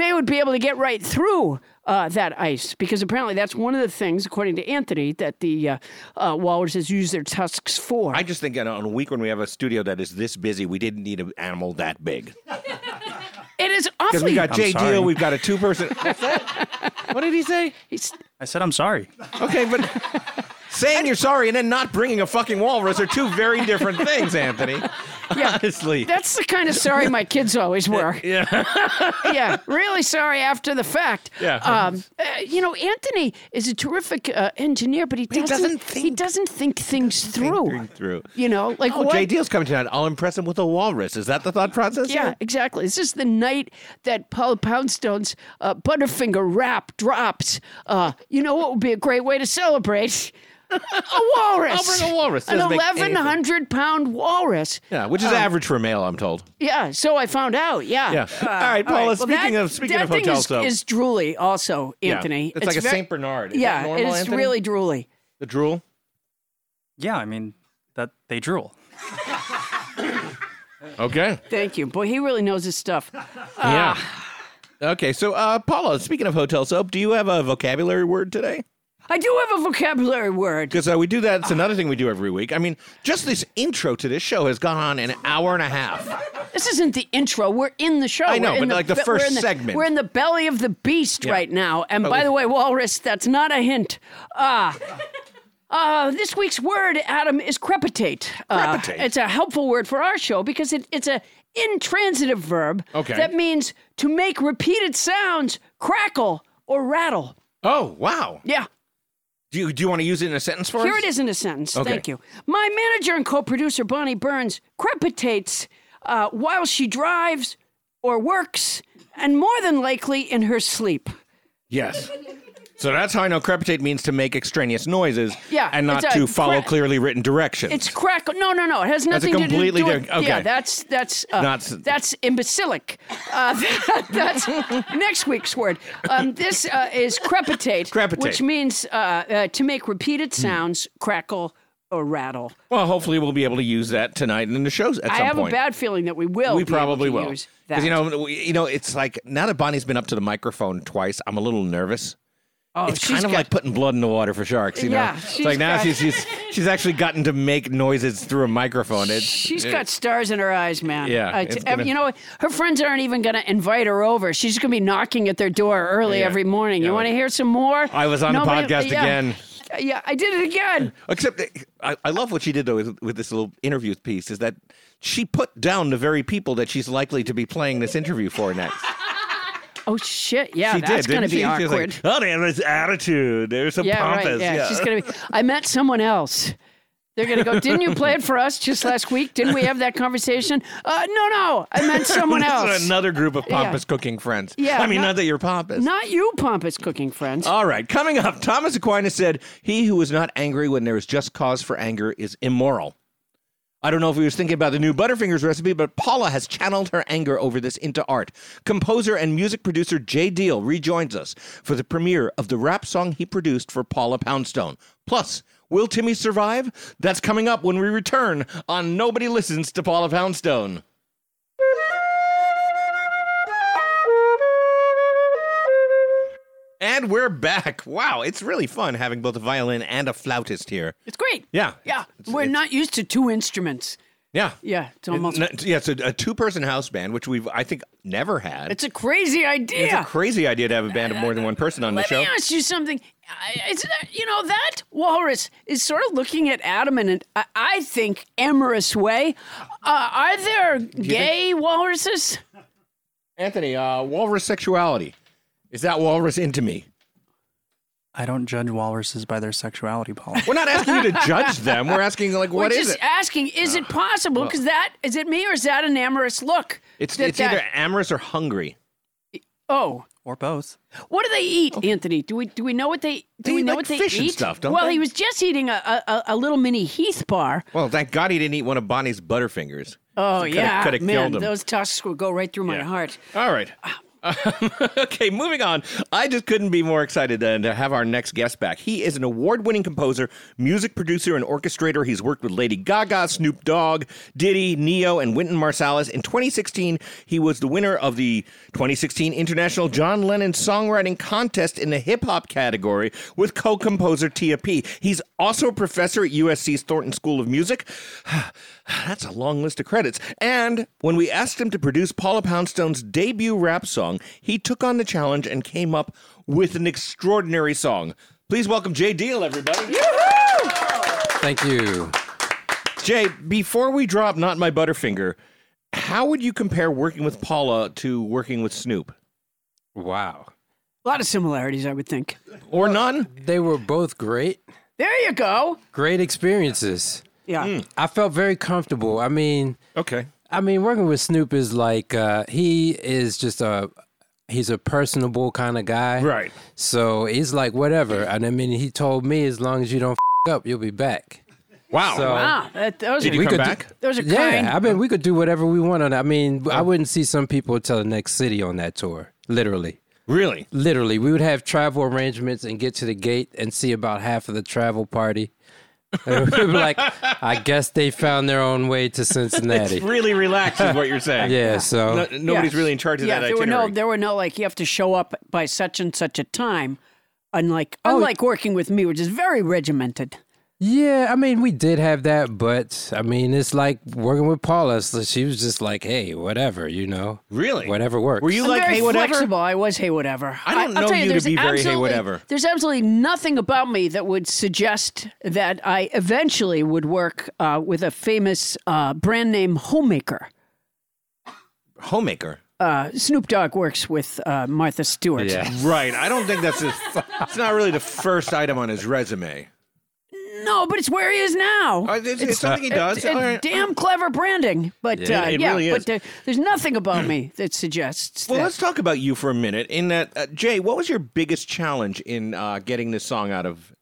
S1: they would be able to get right through uh, that ice. Because apparently, that's one of the things, according to Anthony, that the uh, uh, walruses use their tusks for.
S3: I just think on on a week when we have a studio that is this busy, we didn't need an animal that big.
S1: it is
S6: Because
S1: awfully.
S6: we got Jay
S7: sorry.
S6: Deal, we've got a two-person. What's that? what did he say?
S1: it's-
S7: I said, I'm sorry.
S6: Okay, but saying you're sorry and then not bringing a fucking walrus are two very different things, Anthony.
S1: yeah,
S6: Honestly.
S1: that's the kind of sorry my kids always were. yeah, yeah, really sorry after the fact.
S6: Yeah.
S1: um, uh, you know, Anthony is a terrific uh, engineer, but he doesn't.
S6: doesn't
S1: he
S6: think-
S1: doesn't think things through.
S6: Think through.
S1: You know, like
S6: Oh,
S1: what?
S6: Jay Deal's coming tonight. I'll impress him with a walrus. Is that the thought process?
S1: Yeah, exactly. This is the night that Paul Poundstone's uh, Butterfinger rap drops. Uh, you know what would be a great way to celebrate? A walrus.
S6: I'll bring a walrus.
S1: An
S6: Doesn't make
S1: eleven hundred pound walrus. Um,
S6: Yeah, which is average for a male, I'm told.
S1: Yeah, so I found out. Yeah. Uh,
S6: Yeah. All right, Paula, speaking
S1: that-
S6: of- speaking
S1: that
S6: of
S1: thing
S6: hotels,
S1: is,
S6: though.
S1: is drooly also, Anthony.
S6: Yeah. It's, like a
S1: ve-
S6: Saint Bernard. Is
S1: yeah,
S6: that normal,
S1: it is
S6: Anthony?
S1: really drooly.
S6: the drool.
S7: Yeah, I mean, that they drool.
S6: Okay.
S1: Thank you. Boy, he really knows his stuff.
S6: Yeah.
S3: Ah. Okay, so uh, Paula, speaking of hotel soap, do you have a vocabulary word today?
S1: I do have a vocabulary word.
S3: Because uh, we do that. It's another thing we do every week. I mean, just this intro to this show has gone on an hour and a half.
S1: This isn't the intro. We're in the show.
S3: I know,
S1: We're in
S3: but like the
S1: be-
S3: first
S1: we're in
S3: segment. Oh,
S1: We're in the belly of the beast right now. And by the way, Walrus, that's not a hint. Ah. Uh, this week's word, Adam, is crepitate. Uh,
S3: Crepitate.
S1: it's a helpful word for our show because it, it's a intransitive verb
S3: Okay.
S1: that means to make repeated sounds crackle or rattle.
S3: Oh wow!
S1: Yeah.
S3: Do you do you want to use it in a sentence for
S1: Here
S3: us?
S1: it is in a sentence.
S3: Okay.
S1: Thank you. My manager and co-producer Bonnie Burns crepitates uh, while she drives or works, and more than likely in her sleep.
S3: Yes. So that's how I know crepitate means to make extraneous noises.
S1: Yeah,
S3: and not
S1: it's a
S3: to follow
S1: cra-
S3: clearly written directions.
S1: It's crackle. No, no, no. It has
S3: That's a
S1: nothing to do-
S3: completely
S1: do with-
S3: different- okay.
S1: Yeah, that's that's uh,
S3: Not s-
S1: that's imbecilic. Uh, that- that's next week's word. Um, this uh, is crepitate,
S3: Crepitate. Hmm.
S1: which means uh, uh, to make repeated sounds crackle or rattle.
S3: well, hopefully we'll be able to use that tonight in the shows at
S1: I
S3: some
S1: have
S3: point.
S1: a bad feeling that we will.
S3: we
S1: be able
S3: probably
S1: to
S3: will.
S1: use that.
S3: Because you know, we, you know, it's like now that Bonnie's been up to the microphone twice, I'm a little nervous.
S1: Oh,
S3: it's
S1: she's
S3: kind of
S1: got-
S3: like putting blood in the water for sharks, you know.
S1: Yeah,
S3: it's
S1: she's
S3: like now
S1: got-
S3: she's, she's she's actually gotten to make noises through a microphone. It's
S1: She's
S3: it-
S1: got stars in her eyes, man.
S3: Yeah,
S1: Uh, t-
S3: it's gonna-
S1: You know, her friends aren't even going to invite her over. She's going to be knocking at their door early
S3: Yeah.
S1: every morning.
S3: Yeah,
S1: you want to
S3: like,
S1: hear some more?
S3: I was on the
S1: Nobody-
S3: podcast
S1: yeah.
S3: again.
S1: Yeah, I did it again.
S3: Except, that- I, I love what she did though with, with this little interview piece is that she put down the very people that she's likely to be playing this interview for next.
S1: Oh, shit. Yeah,
S3: she
S1: that's
S3: did.
S1: going to
S3: didn't
S1: be
S3: she? She was
S1: awkward.
S3: like, oh, they have this attitude. They're so
S1: yeah,
S3: pompous.
S1: right. Yeah,
S3: yeah.
S1: she's going to be. I met someone else. They're going to go, didn't you play it for us just last week? Didn't we have that conversation? Uh, no, no. I meant someone
S3: That's
S1: else.
S3: Another group of pompous cooking friends.
S1: Yeah,
S3: I mean, not,
S1: not-
S3: that you're pompous.
S1: Not you, pompous cooking friends.
S3: All right, coming up, Thomas Aquinas said, He who is not angry when there is just cause for anger is immoral. I don't know if he was thinking about the new Butterfingers recipe, but Paula has channeled her anger over this into art. Composer and music producer Jay Deal rejoins us for the premiere of the rap song he produced for Paula Poundstone. Plus, will Timmy survive? That's coming up when we return on Nobody Listens to Paula Poundstone. And we're back. Wow, it's really fun having both a violin and a flautist here.
S1: it's great.
S3: Yeah.
S1: Yeah.
S3: It's-
S1: We're
S3: it's-
S1: not used to two instruments.
S3: Yeah.
S1: Yeah, it's almost.
S3: No, t- yeah, it's a, a two-person house band, which we've I think never had.
S1: It's a crazy idea.
S3: It's a crazy idea to have a band of more than one person on the
S1: Let
S3: show.
S1: me ask you something. I- It's uh, you know that walrus is sort of looking at Adam in an I- I think amorous way. Uh, are there gay walruses?
S3: Anthony, uh, walrus sexuality is that walrus into me?
S7: I don't judge walruses by their sexuality, Paul.
S3: We're not asking you to judge them. We're asking like, what
S1: We're
S3: is
S1: just
S3: it? Uh,
S1: asking, is it possible? Because that is it me or is that an amorous look?
S3: It's
S1: That-
S3: it's
S1: that-
S3: either amorous or hungry.
S1: oh.
S7: or both.
S1: What do they eat, Anthony? Do we do we know what they do
S3: Oh. They
S1: we
S3: eat,
S1: know
S3: like,
S1: what they
S3: fish and
S1: eat?
S3: stuff, don't
S1: well,
S3: they?
S1: he was just eating a, a, a- a little mini Heath bar.
S3: Well, thank God he didn't eat one of Bonnie's butterfingers.
S1: Oh
S3: Coulda-
S1: yeah,
S3: coulda
S1: man,
S3: killed him.
S1: those tusks would go right through my
S3: Yeah.
S1: heart.
S3: All right. Um, okay, moving on. I just couldn't be more excited than to have our next guest back. He is an award winning composer, music producer, and orchestrator. He's worked with Lady Gaga, Snoop Dogg, Diddy, Neo, and Wynton Marsalis. In 2016, he was the winner of the 2016 International John Lennon Songwriting Contest in the hip hop category with co composer Tia P. He's also a professor at USC's Thornton School of Music. That's a long list of credits. And when we asked him to produce Paula Poundstone's debut rap song, he took on the challenge and came up with an extraordinary song. Please welcome Jay Deal, everybody.
S8: Thank you.
S3: Jay, before we drop Not My Butterfinger, how would you compare working with Paula to working with Snoop?
S8: Wow.
S1: A lot of similarities, I would think.
S3: Or none?
S8: They were both great,
S1: There you go.
S8: great experiences.
S1: Yeah.
S8: I felt very comfortable. I mean,
S3: Hmm. Okay.
S8: I mean, working with Snoop is like uh, he is just a he's a personable kind of guy,
S3: Right.
S8: So he's like whatever, and I mean, he told me as long as you don't f- up, you'll be back.
S3: Wow.
S8: So
S1: Wow. That, those
S3: Did
S1: are
S3: you come
S8: could
S3: back?
S1: those are kind.
S8: yeah, I mean, we could do whatever we want on. it. I mean,
S3: Oh.
S8: I wouldn't see some people till the next city on that tour, literally.
S3: really?
S8: Literally, we would have travel arrangements and get to the gate and see about half of the travel party. And we were like, I guess they found their own way to Cincinnati.
S3: It's really relaxed, is what you're saying.
S8: Yeah, so-
S3: No- nobody's
S1: Yeah.
S3: really in charge of
S1: yeah,
S3: that
S1: there were
S3: itinerary.
S1: no there were no like you have to show up by such and such a time. Unlike
S3: Oh.
S1: unlike working with me, which is very regimented.
S8: Yeah, I mean, we did have that, but I mean, it's like working with Paula. So she was just like, hey, whatever, you know?
S3: Really?
S8: Whatever works.
S3: Were you
S1: I'm
S3: like,
S1: very
S3: hey, whatever?
S1: flexible. I was hey whatever.
S3: I don't
S1: I'll
S3: know
S1: tell
S3: you to
S1: there's
S3: be very hey
S1: absolutely-
S3: whatever.
S1: There's absolutely nothing about me that would suggest that I eventually would work uh, with a famous uh, brand name homemaker.
S3: Homemaker.
S1: Uh, Snoop Dogg works with uh, Martha Stewart.
S8: Yeah.
S3: Right. I don't think that's his. it's not really the first item on his resume.
S1: No, but it's where he is now.
S3: Uh, It's, it's something he does.
S1: It's a
S3: All right.
S1: damn clever branding, but yeah,
S3: Yeah,
S1: uh,
S3: it
S1: yeah
S3: really
S1: but
S3: is.
S1: there, there's nothing about me that suggests.
S3: Well,
S1: that.
S3: let's talk about you for a minute. In that, uh, Jay, what was your biggest challenge in uh, getting this song out of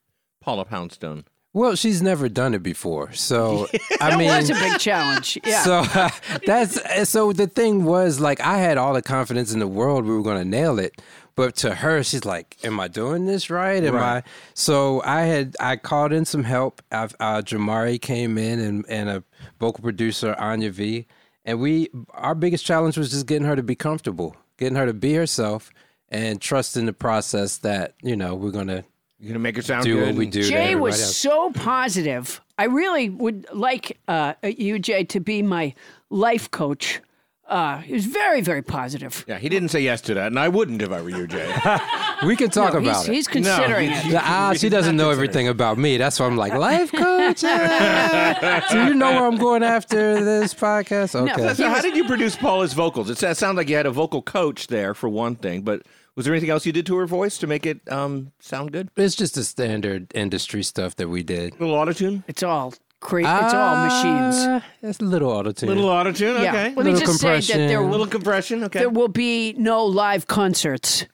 S3: Paula Poundstone?
S8: Well, she's never done it before. So, I mean,
S1: that was a big challenge. Yeah,
S8: So that's uh, so the thing was like I had all the confidence in the world we were going to nail it, but to her she's like, "Am I doing this right? Am I?" So I had I called in some help. I've, uh, Jamari came in and and a vocal producer Anya V, and we our biggest challenge was just getting her to be comfortable, getting her to be herself, and trust in the process that you know we're gonna
S3: You gonna make her sound
S8: do
S3: good?
S8: what we do. to
S1: Jay
S8: everybody
S1: was
S8: else.
S1: so positive. I really would like uh, you, Jay, to be my life coach. Uh, he was very, very positive.
S3: Yeah, he didn't say yes to that, and I wouldn't if I were you, Jay.
S8: we can talk
S1: No,
S8: about
S1: he's,
S8: it.
S1: he's considering
S3: he's-
S1: it.
S8: Ah, she doesn't know everything about me. That's why I'm like life coach. ah. Do you know where I'm going after this podcast? Okay.
S3: so, how did you produce Paula's vocals? It, sa- it sounds like you had a vocal coach there for one thing, but was there anything else you did to her voice to make it um, sound good?
S8: It's just the standard industry stuff that we did.
S3: A little autotune?
S1: It's all crazy. It's all machines.
S8: Ah, It's a little auto tune.
S3: little autotune?
S1: Yeah.
S3: Okay.
S1: Let me
S8: Little
S1: just say that there
S8: compression.
S3: little
S1: will,
S3: compression? Okay.
S1: there will be no live concerts.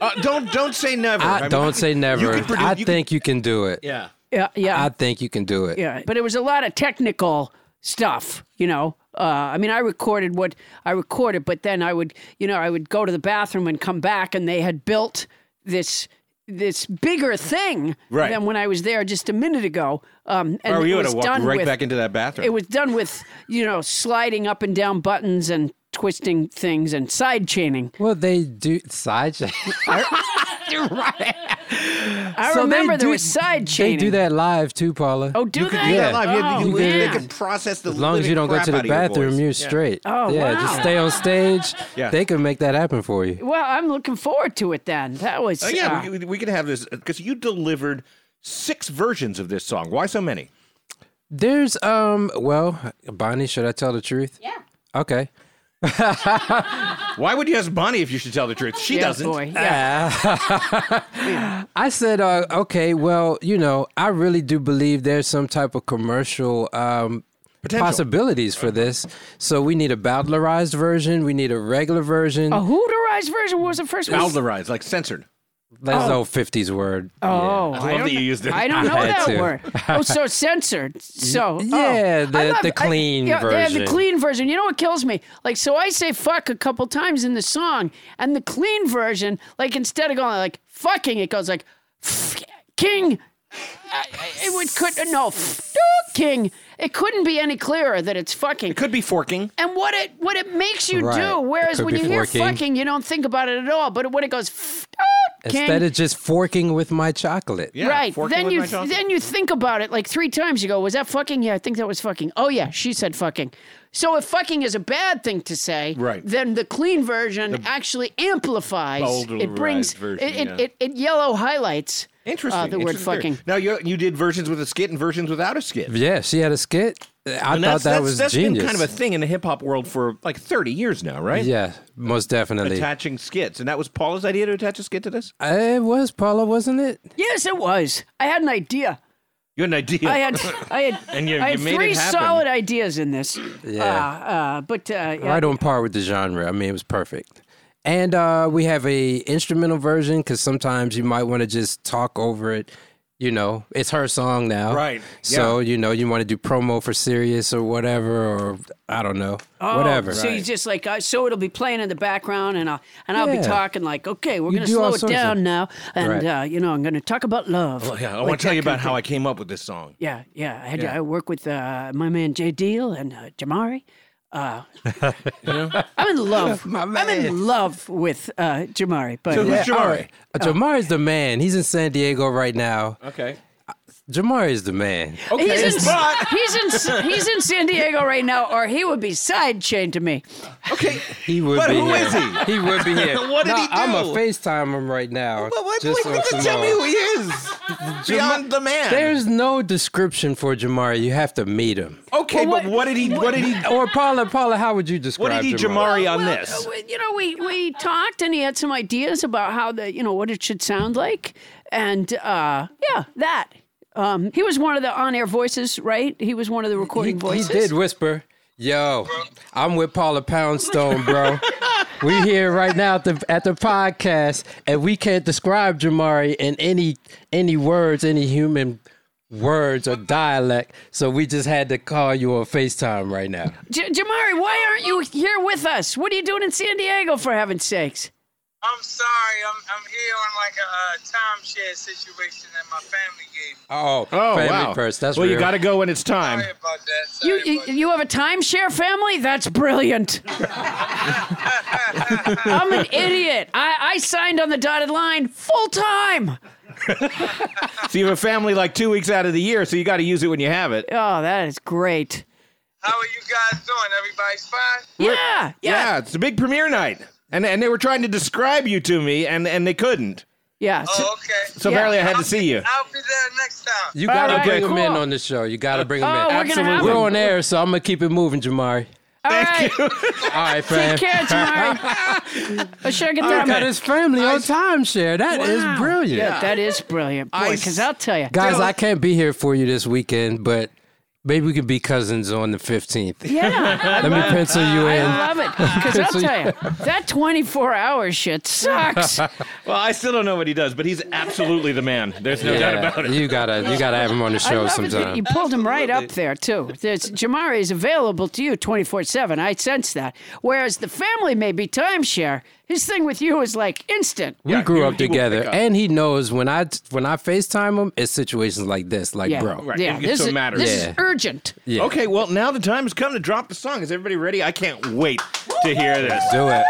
S3: Uh, don't don't say never. I
S8: I
S3: mean,
S8: don't say never.
S3: could produ-
S8: I
S3: you could-
S8: think you can do it.
S3: Yeah.
S1: Yeah, yeah.
S8: I think you can do it.
S1: Yeah, but it was a lot of technical stuff, you know. Uh, I mean, I recorded what I recorded, but then I would, you know, I would go to the bathroom and come back, and they had built this this bigger thing
S3: Right.
S1: than when I was there just a minute ago. Um, and
S3: Or
S1: it
S3: you would
S1: was
S3: have walked
S1: done
S3: right
S1: with,
S3: back into that bathroom.
S1: It was done with, you know, sliding up and down buttons and twisting things and side chaining.
S8: Well, they do side chain. You're right.
S1: I
S8: So they
S1: remember there
S8: do-
S1: was side
S8: They
S1: chaining.
S8: do that live too, Paula.
S1: Oh, do
S3: you
S1: they?
S3: could do that live. You,
S1: Oh,
S3: you, you, they
S1: man.
S3: could process the
S8: As long as you don't
S3: living
S8: go to
S3: crap
S8: the
S3: out of your
S8: bathroom,
S3: voice.
S8: you're
S3: Yeah.
S8: straight.
S1: Oh,
S8: yeah, just
S1: wow.
S8: stay on stage.
S3: Yeah.
S8: They can make that happen for you.
S1: Well, I'm looking forward to it then. That was
S3: Oh,
S1: uh,
S3: yeah, we, we could have this because you delivered six versions of this song. Why so many?
S1: Uh,
S8: There's um well, Bonnie, should I tell the truth? Yeah. Okay.
S3: Why would you ask Bonnie if you should tell the truth? She
S1: yeah,
S3: doesn't.
S1: boy. Yeah.
S8: I said, uh, okay, well, you know, I really do believe there's some type of commercial um,
S3: Potential.
S8: possibilities for this. So we need a bowdlerized version. We need a regular version.
S1: A hooterized version what was the first one.
S3: Alderized, like censored.
S8: That's the old 50s word.
S1: Oh,
S3: I love that you used it.
S1: I don't know
S8: I had
S1: that
S8: to.
S1: word. Oh, so censored. So oh.
S8: Yeah,
S1: I
S8: the- the clean
S1: yeah, yeah, the
S8: version.
S1: clean version. You know what kills me? Like, so I say fuck a couple times in the song, and the clean version, like instead of going like fucking, it goes like "F- king. I- I- It would could no f- king. It couldn't be any clearer that it's fucking.
S3: It could be forking.
S1: And what it what it makes you
S8: Right.
S1: do,
S8: It
S1: whereas
S8: could
S1: when
S8: be
S1: you hear
S8: forking.
S1: fucking, you don't think about it at all. But when it goes f- king,
S8: Instead of just forking with my chocolate.
S3: Yeah,
S1: right.
S3: forking
S1: Then
S3: with
S1: you
S3: my chocolate.
S1: then you think about it like three times. You go, was that fucking? Yeah, I think that was fucking. Oh yeah, she said fucking. So if fucking is a bad thing to say,
S3: Right.
S1: then the clean version actually amplifies. It
S3: Bolderized
S1: brings
S3: version,
S1: it, it,
S3: yeah.
S1: it, it yellow highlights.
S3: Interesting.
S1: Uh, the word
S3: interesting theory.
S1: fucking.
S3: Now you you did versions with a skit and versions without a skit.
S8: Yeah, she had a skit. I
S3: And
S8: thought that was
S3: that's
S8: genius.
S3: been kind of a thing in the hip hop world for like 30 years now, right?
S8: yeah, most definitely.
S3: Attaching skits, and that was Paula's idea to attach a skit to this.
S8: it was Paula, wasn't it?
S1: Yes, it was. I had an idea.
S3: You had an idea.
S1: I had I had
S3: And you-
S1: I
S3: you
S1: had
S3: made it
S1: three
S3: happen.
S1: solid ideas in this.
S8: Yeah.
S1: Uh, uh, but uh, yeah,
S8: right on par with the genre. I mean, it was perfect. And uh, we have a instrumental version because sometimes you might want to just talk over it. You know, it's her song now.
S3: Right,
S8: So, you know, you want to do promo for Sirius or whatever, or I don't know.
S1: Oh,
S8: whatever.
S1: So you just like uh, so it'll be playing in the background, and I'll and I'll
S8: Yeah.
S1: be talking like, okay, we're
S8: You
S1: gonna
S8: do all
S1: slow it
S8: sorts of-
S1: down now, and
S8: Right.
S1: uh, you know I'm gonna talk about love.
S3: Oh, yeah, I
S1: Like
S3: want to tell
S1: that kind
S3: you about
S1: of
S3: how
S1: thing.
S3: I came up with this song.
S1: Yeah, yeah. I had
S3: Yeah.
S1: To, I work with uh, my man Jay Deal and uh, Jamari. Uh, I'm in love.
S8: My
S1: I'm in
S8: man.
S1: love with uh, Jamari, but
S3: So who's
S8: All
S3: Jamari?
S8: right. Jamari's the man. He's in San Diego right now.
S3: Okay. Oh,
S8: Jamari's the man.
S3: Okay,
S1: he's in,
S3: but-
S1: he's in he's in San Diego right now, or he would be sidechained to me.
S3: Okay.
S8: He would
S3: But
S8: be
S3: who
S8: here.
S3: is he?
S8: He would be here.
S3: What did
S8: No,
S3: he do?
S8: I'm a FaceTime him right now.
S3: But what?
S8: just
S3: wait,
S8: on
S3: you
S8: some,
S3: can tell
S8: uh,
S3: me who he is. Beyond the man.
S8: There's no description for Jamari. You have to meet him.
S3: okay, but what did he? What did he?
S8: Or Paula, Paula, how would you describe
S3: What did he
S8: Jamari?
S3: Jamari on
S1: Well,
S3: this?
S1: uh, we- You know, we we talked and he had some ideas about how the you know what it should sound like, and uh, yeah, that. Um, he was one of the on-air voices, right? He was one of the recording
S8: He, he
S1: voices.
S8: did whisper, "Yo, I'm with Paula Poundstone, bro. we here right now at the at the podcast, and we can't describe Jamari in any any words, any human." Words or dialect, so we just had to call you on FaceTime right now.
S1: J- Jamari, why aren't you here with us? What are you doing in San Diego, for heaven's sakes?
S9: I'm sorry. I'm, I'm here on like a uh, timeshare situation that my family gave me.
S8: Oh,
S6: Oh
S8: family
S6: wow.
S8: first. That's
S6: well,
S8: real.
S6: you got to go when it's time.
S9: Sorry about that. Sorry
S1: You, you
S9: about
S1: you have a timeshare family? That's brilliant. I'm an idiot. I, I signed on the dotted line full time.
S6: So you have a family like two weeks out of the year, so you got to use it when you have it.
S1: Oh, that is great.
S9: that. How are you guys doing? Everybody's fine?
S1: yeah, yeah.
S6: Yeah, it's a big premiere night, and and they were trying to describe you to me, and and they couldn't.
S1: Yeah.
S9: Oh, okay.
S6: So apparently, I had
S9: I'll
S6: to see
S9: be-
S6: you.
S9: I'll be there next time.
S8: You gotta
S1: right,
S8: bring
S1: cool.
S8: him in on the show. You gotta bring him
S1: Oh,
S8: in.
S1: we're gonna have
S8: We're
S1: him.
S8: on air, so I'm gonna keep it moving, Jamari.
S1: All right.
S8: All right, fam.
S1: Take care, Jamari. Let's sure get that.
S8: Got
S1: man.
S8: his family on timeshare. That is
S1: Wow.
S8: brilliant.
S1: Yeah, that is brilliant, boy. Because I'll tell you,
S8: Guys, I can't be here for you this weekend, but maybe we can be cousins on the 15th.
S1: yeah,
S8: Let me pencil you in.
S1: I love it. Because I'll tell you, that 24-hour shit sucks.
S6: Well, I still don't know what he does, but he's absolutely the man. There's no doubt
S8: Yeah,
S6: about it.
S8: You gotta, you gotta have him on the
S1: I
S8: show
S1: love it that
S8: sometime.
S1: you pulled him right up there too. There's, Jamari is available to you 24/7. I sense that. Whereas the family may be timeshare. His thing with you is like instant.
S8: we grew up
S6: he will
S8: together,
S6: pick up.
S8: and he knows when I when I Facetime him, it's situations like this, like
S1: Yeah,
S8: bro.
S1: Yeah,
S6: It- it
S1: this,
S6: don't
S1: is,
S6: matter.
S1: this
S8: Yeah.
S1: is urgent.
S8: Yeah.
S6: Okay, well now the time has come to drop the song. Is everybody ready? I can't wait to hear this.
S8: Do it.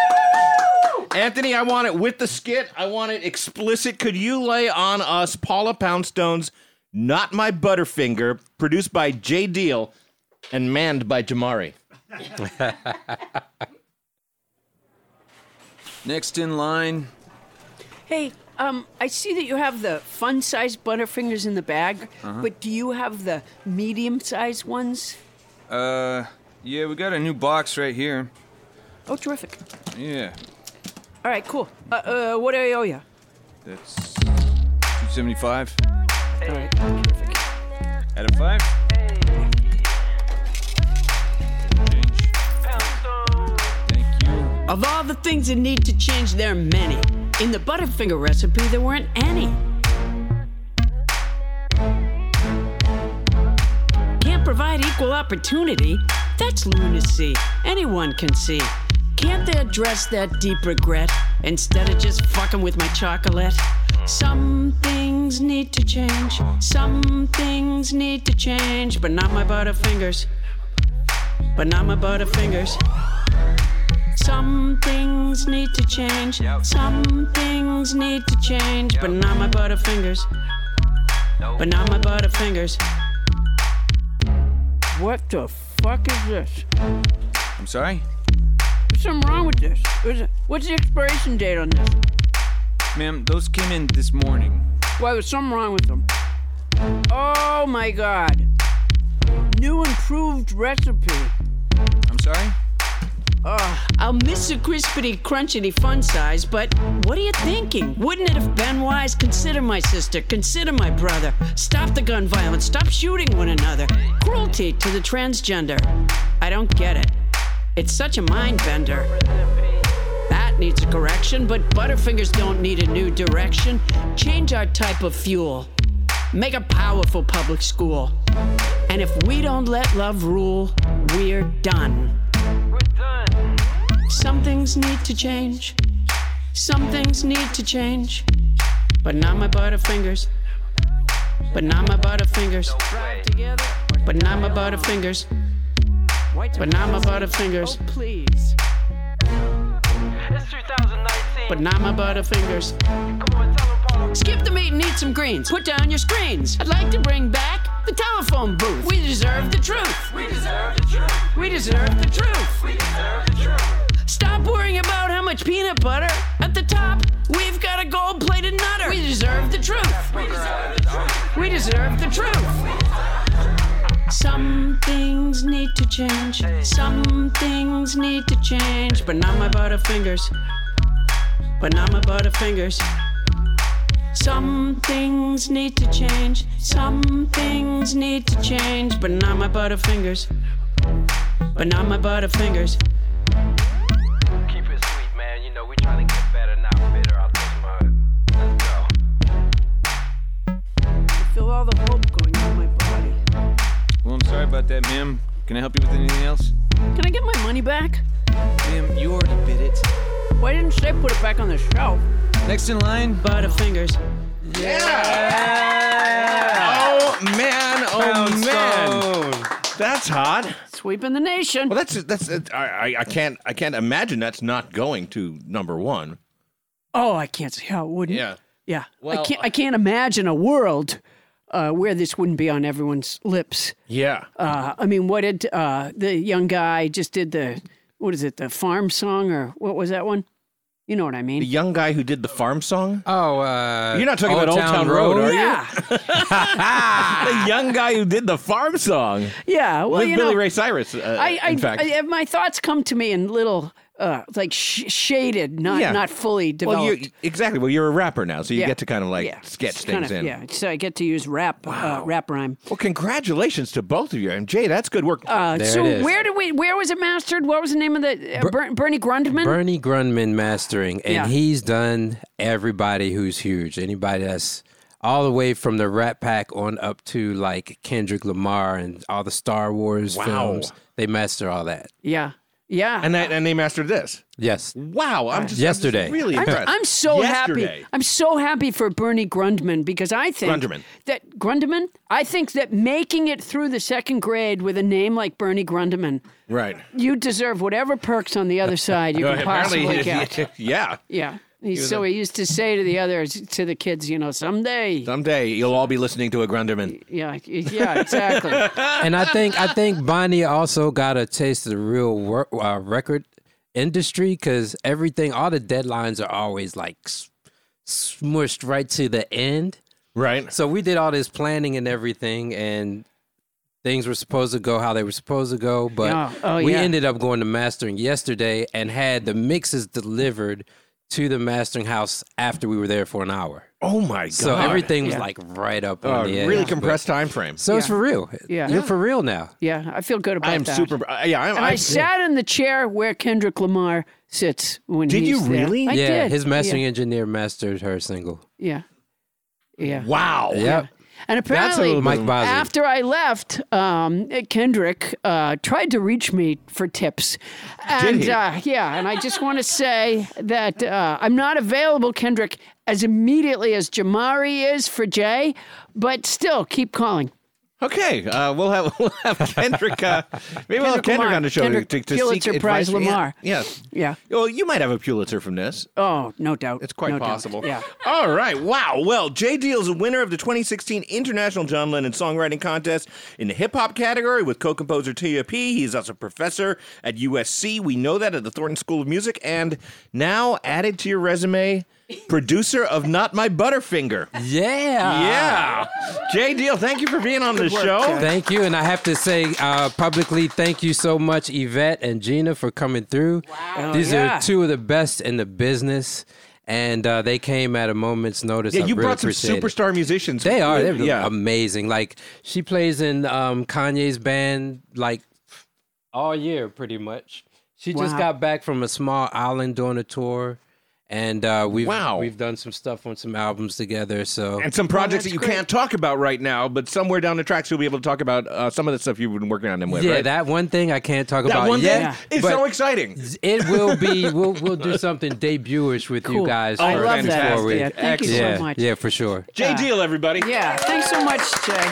S6: Anthony, I want it with the skit. I want it explicit. Could you lay on us Paula Poundstone's Not My Butterfinger, produced by Jay Deal and manned by Jamari?
S10: Next in line.
S1: Hey, um, I see that you have the fun-sized butterfingers in the bag, but do you have the medium-sized ones?
S10: Uh, yeah, we got a new box right here.
S1: Oh, terrific!
S10: Yeah,
S1: All right, cool. Uh, uh, what do I owe you?
S10: that's 275.
S1: All right, terrific.
S10: Out of five. Change. Thank you.
S1: Of all the things that need to change, there are many. In the Butterfinger recipe, there weren't any. Can't provide equal opportunity? That's lunacy. Anyone can see. Can't they address that deep regret instead of just fucking with my chocolate? Some things need to change. Some things need to change, but not my Butterfingers. But not my Butterfingers. Some things need to change. Some things need to change. But not my butterfingers. But not my butterfingers. What the fuck is this?
S10: I'm sorry?
S1: There's something wrong with this. Is it- What's the expiration date on this?
S10: Ma'am, those came in this morning.
S1: Why, there's something wrong with them. Oh my god. New improved recipe.
S10: I'm sorry?
S1: I'll miss the crispity, crunchity fun size, but what are you thinking? Wouldn't it have been wise? Consider my sister, consider my brother. Stop the gun violence, stop shooting one another. Cruelty to the transgender. I don't get it. It's such a mind bender. That needs a correction, but Butterfingers don't need a new direction. Change our type of fuel.
S11: make a powerful public school. And if we don't let love rule, we're done. We're done. Some things need to change. Some things need to change. But not my butterfingers. But not my butterfingers. But not my butterfingers. But not my butterfingers.
S12: Oh, please. It's 2019.
S11: But not my butterfingers. Skip the meat and eat some greens. Put down your screens. I'd like to bring back the telephone booth. We deserve the truth. We deserve the truth. We deserve the truth. We deserve the truth. Stop worrying about how much peanut butter. At the top, we've got a gold plated nutter. We deserve the truth. We deserve the truth. We deserve the truth. Some things need to change. Some things need to change. But not my butterfingers. But not my butterfingers. Some things need to change. Some things need to change, but not my butterfingers. But not my butterfingers.
S12: Keep it sweet, man. You know, we trying to get better, not bitter. I'll take my Let's go.
S11: I feel all the hope going through my body.
S10: Well, I'm sorry about that, ma'am. Can I help you with anything else?
S1: Can I get my money back?
S10: Ma'am, you already bid it.
S1: Why didn't they put it back on the shelf?
S10: Next in line,
S11: Butterfingers.
S3: Oh man! Oh man! That's hot.
S1: Sweeping the nation.
S3: Well, that's that's. I, I I can't I can't imagine that's not going to number one.
S1: Oh, I can't see how it wouldn't.
S3: Yeah.
S1: Yeah.
S3: Well,
S1: I can't I can't imagine a world uh, where this wouldn't be on everyone's lips.
S3: Yeah.
S1: Uh, I mean, what did uh, the young guy just did the what is it, the farm song or what was that one? You know what I mean?
S3: The young guy who did the farm song.
S8: Oh, uh,
S3: You're not talking about Old Town Road, are you?
S1: yeah.
S3: the young guy who did the farm song.
S1: Yeah. Well,
S3: with
S1: you
S3: Billy
S1: know,
S3: Ray Cyrus. Uh,
S1: I, I,
S3: in fact.
S1: I- my thoughts come to me in little, uh, like sh- shaded, not
S3: Yeah.
S1: not fully developed.
S3: Well, you exactly. Well, you're a rapper now, so you
S1: Yeah.
S3: get to kind of like
S1: Yeah.
S3: sketch
S1: It's
S3: things
S1: kind of-
S3: in.
S1: Yeah, so I get to use rap uh, rap rhyme.
S3: Well, congratulations to both of you, and Jay, that's good work.
S1: Uh, so where did we? Where was it mastered? What was the name of the uh, Ber- Bernie Grundman?
S8: Bernie Grundman mastering, and
S1: Yeah.
S8: he's done everybody who's huge. Anybody that's all the way from the Rat Pack on up to like Kendrick Lamar and all the Star Wars
S3: Wow.
S8: films. They master all that.
S1: yeah, yeah. Uh,
S3: and that, and they mastered this.
S8: Yes.
S3: Wow, I'm just
S8: Yesterday.
S3: I'm just really
S1: I'm,
S3: impressed.
S1: I'm so
S3: Yesterday.
S1: happy. I'm so happy for Bernie Grundman because I think
S3: Grundman.
S1: that Grundman. I think that making it through the second grade with a name like Bernie Grundman,
S3: Right.
S1: you deserve whatever perks on the other side you can possibly get.
S3: yeah.
S1: Yeah. He,
S3: was
S1: so he used to say to the others, to the kids, you know, someday.
S3: Someday you'll all be listening to a Grunderman.
S1: Yeah, yeah, exactly.
S8: and I think I think Bonnie also got a taste of the real wor- uh, record industry because everything, all the deadlines are always like s- smushed right to the end.
S3: Right.
S8: So we did all this planning and everything, and things were supposed to go how they were supposed to go, but
S1: Yeah. Oh,
S8: we
S1: yeah.
S8: ended up going to mastering yesterday and had the mixes delivered to the mastering house after we were there for an hour.
S3: Oh my god.
S8: So everything was
S1: Yeah.
S8: like right up
S3: Oh,
S8: on the edge.
S3: really
S8: but-
S3: compressed time frame.
S8: So it's
S1: Yeah.
S8: for real.
S1: Yeah.
S8: You're for real now.
S1: yeah, I feel good about
S3: I am
S1: that.
S3: super. Uh, yeah, I'm.
S1: And I
S3: I'm
S1: sat in the chair where Kendrick Lamar sits when
S3: Did
S1: he's
S3: you
S1: there.
S3: really?
S1: I
S8: yeah,
S1: did.
S8: his mastering
S1: yeah.
S8: engineer mastered her single.
S1: Yeah. Yeah.
S3: wow.
S8: Yep.
S1: And apparently,
S8: little bit Mike Bosley.
S1: after I left, um, Kendrick uh, tried to reach me for tips. And
S3: he?
S1: Uh, yeah, and I just want to say that uh, I'm not available, Kendrick, as immediately as Jamari is for Jay, but still keep calling.
S3: Okay, uh, we'll have we'll have Kendrick. Uh, maybe we'll
S1: Kendrick
S3: have Kendrick
S1: Lamar.
S3: on the show
S1: Kendrick
S3: to, to
S1: Pulitzer
S3: seek
S1: Prize
S3: advice.
S1: Lamar.
S3: Yeah,
S1: Yeah.
S3: yeah. Well, you might have a Pulitzer from this.
S1: Oh, no doubt.
S3: It's quite
S1: No doubt.
S3: possible.
S1: Yeah.
S3: All right. Wow. Well, Jay Deal is a winner of the 2016 International John Lennon Songwriting Contest in the hip hop category with co composer Tia P. He's also a professor at USC. We know that at the Thornton School of Music. And now added to your resume, producer of Not My Butterfinger.
S8: Yeah.
S3: Yeah. Jay Deal, thank you for being on the show.
S8: Thank you. And I have to say uh, publicly, thank you so much, Yvette and Gina, for coming through. Wow. These
S1: Oh, Yeah.
S8: are two of the best in the business. And uh, they came at a moment's notice.
S3: Yeah,
S8: I
S3: you
S8: really
S3: brought some
S8: appreciate it.
S3: superstar musicians.
S8: They are. They're
S3: Yeah.
S8: amazing. Like, she plays in um, Kanye's band, like, all year, pretty much. She just
S1: Wow.
S8: got back from a small island doing a tour. and uh, we've
S3: Wow.
S8: we've done some stuff on some albums together. So
S3: and some projects that you can't talk about right now, but somewhere down the tracks you'll be able to talk about uh, some of the stuff you've been working on them with.
S8: yeah,
S3: right?
S8: that one thing I can't talk
S3: That
S8: about
S3: one
S8: yet.
S3: thing? It's
S8: but
S3: so exciting.
S8: It will be. We'll we'll do something debuterish with you
S3: Cool.
S8: guys.
S3: Oh,
S8: for the
S3: love
S8: next
S3: that.
S8: four weeks.
S3: Yeah, thank you so
S8: Yeah,
S3: much.
S8: Yeah, for sure.
S3: Jay Deal, everybody.
S13: Yeah. Thanks so much, Jay.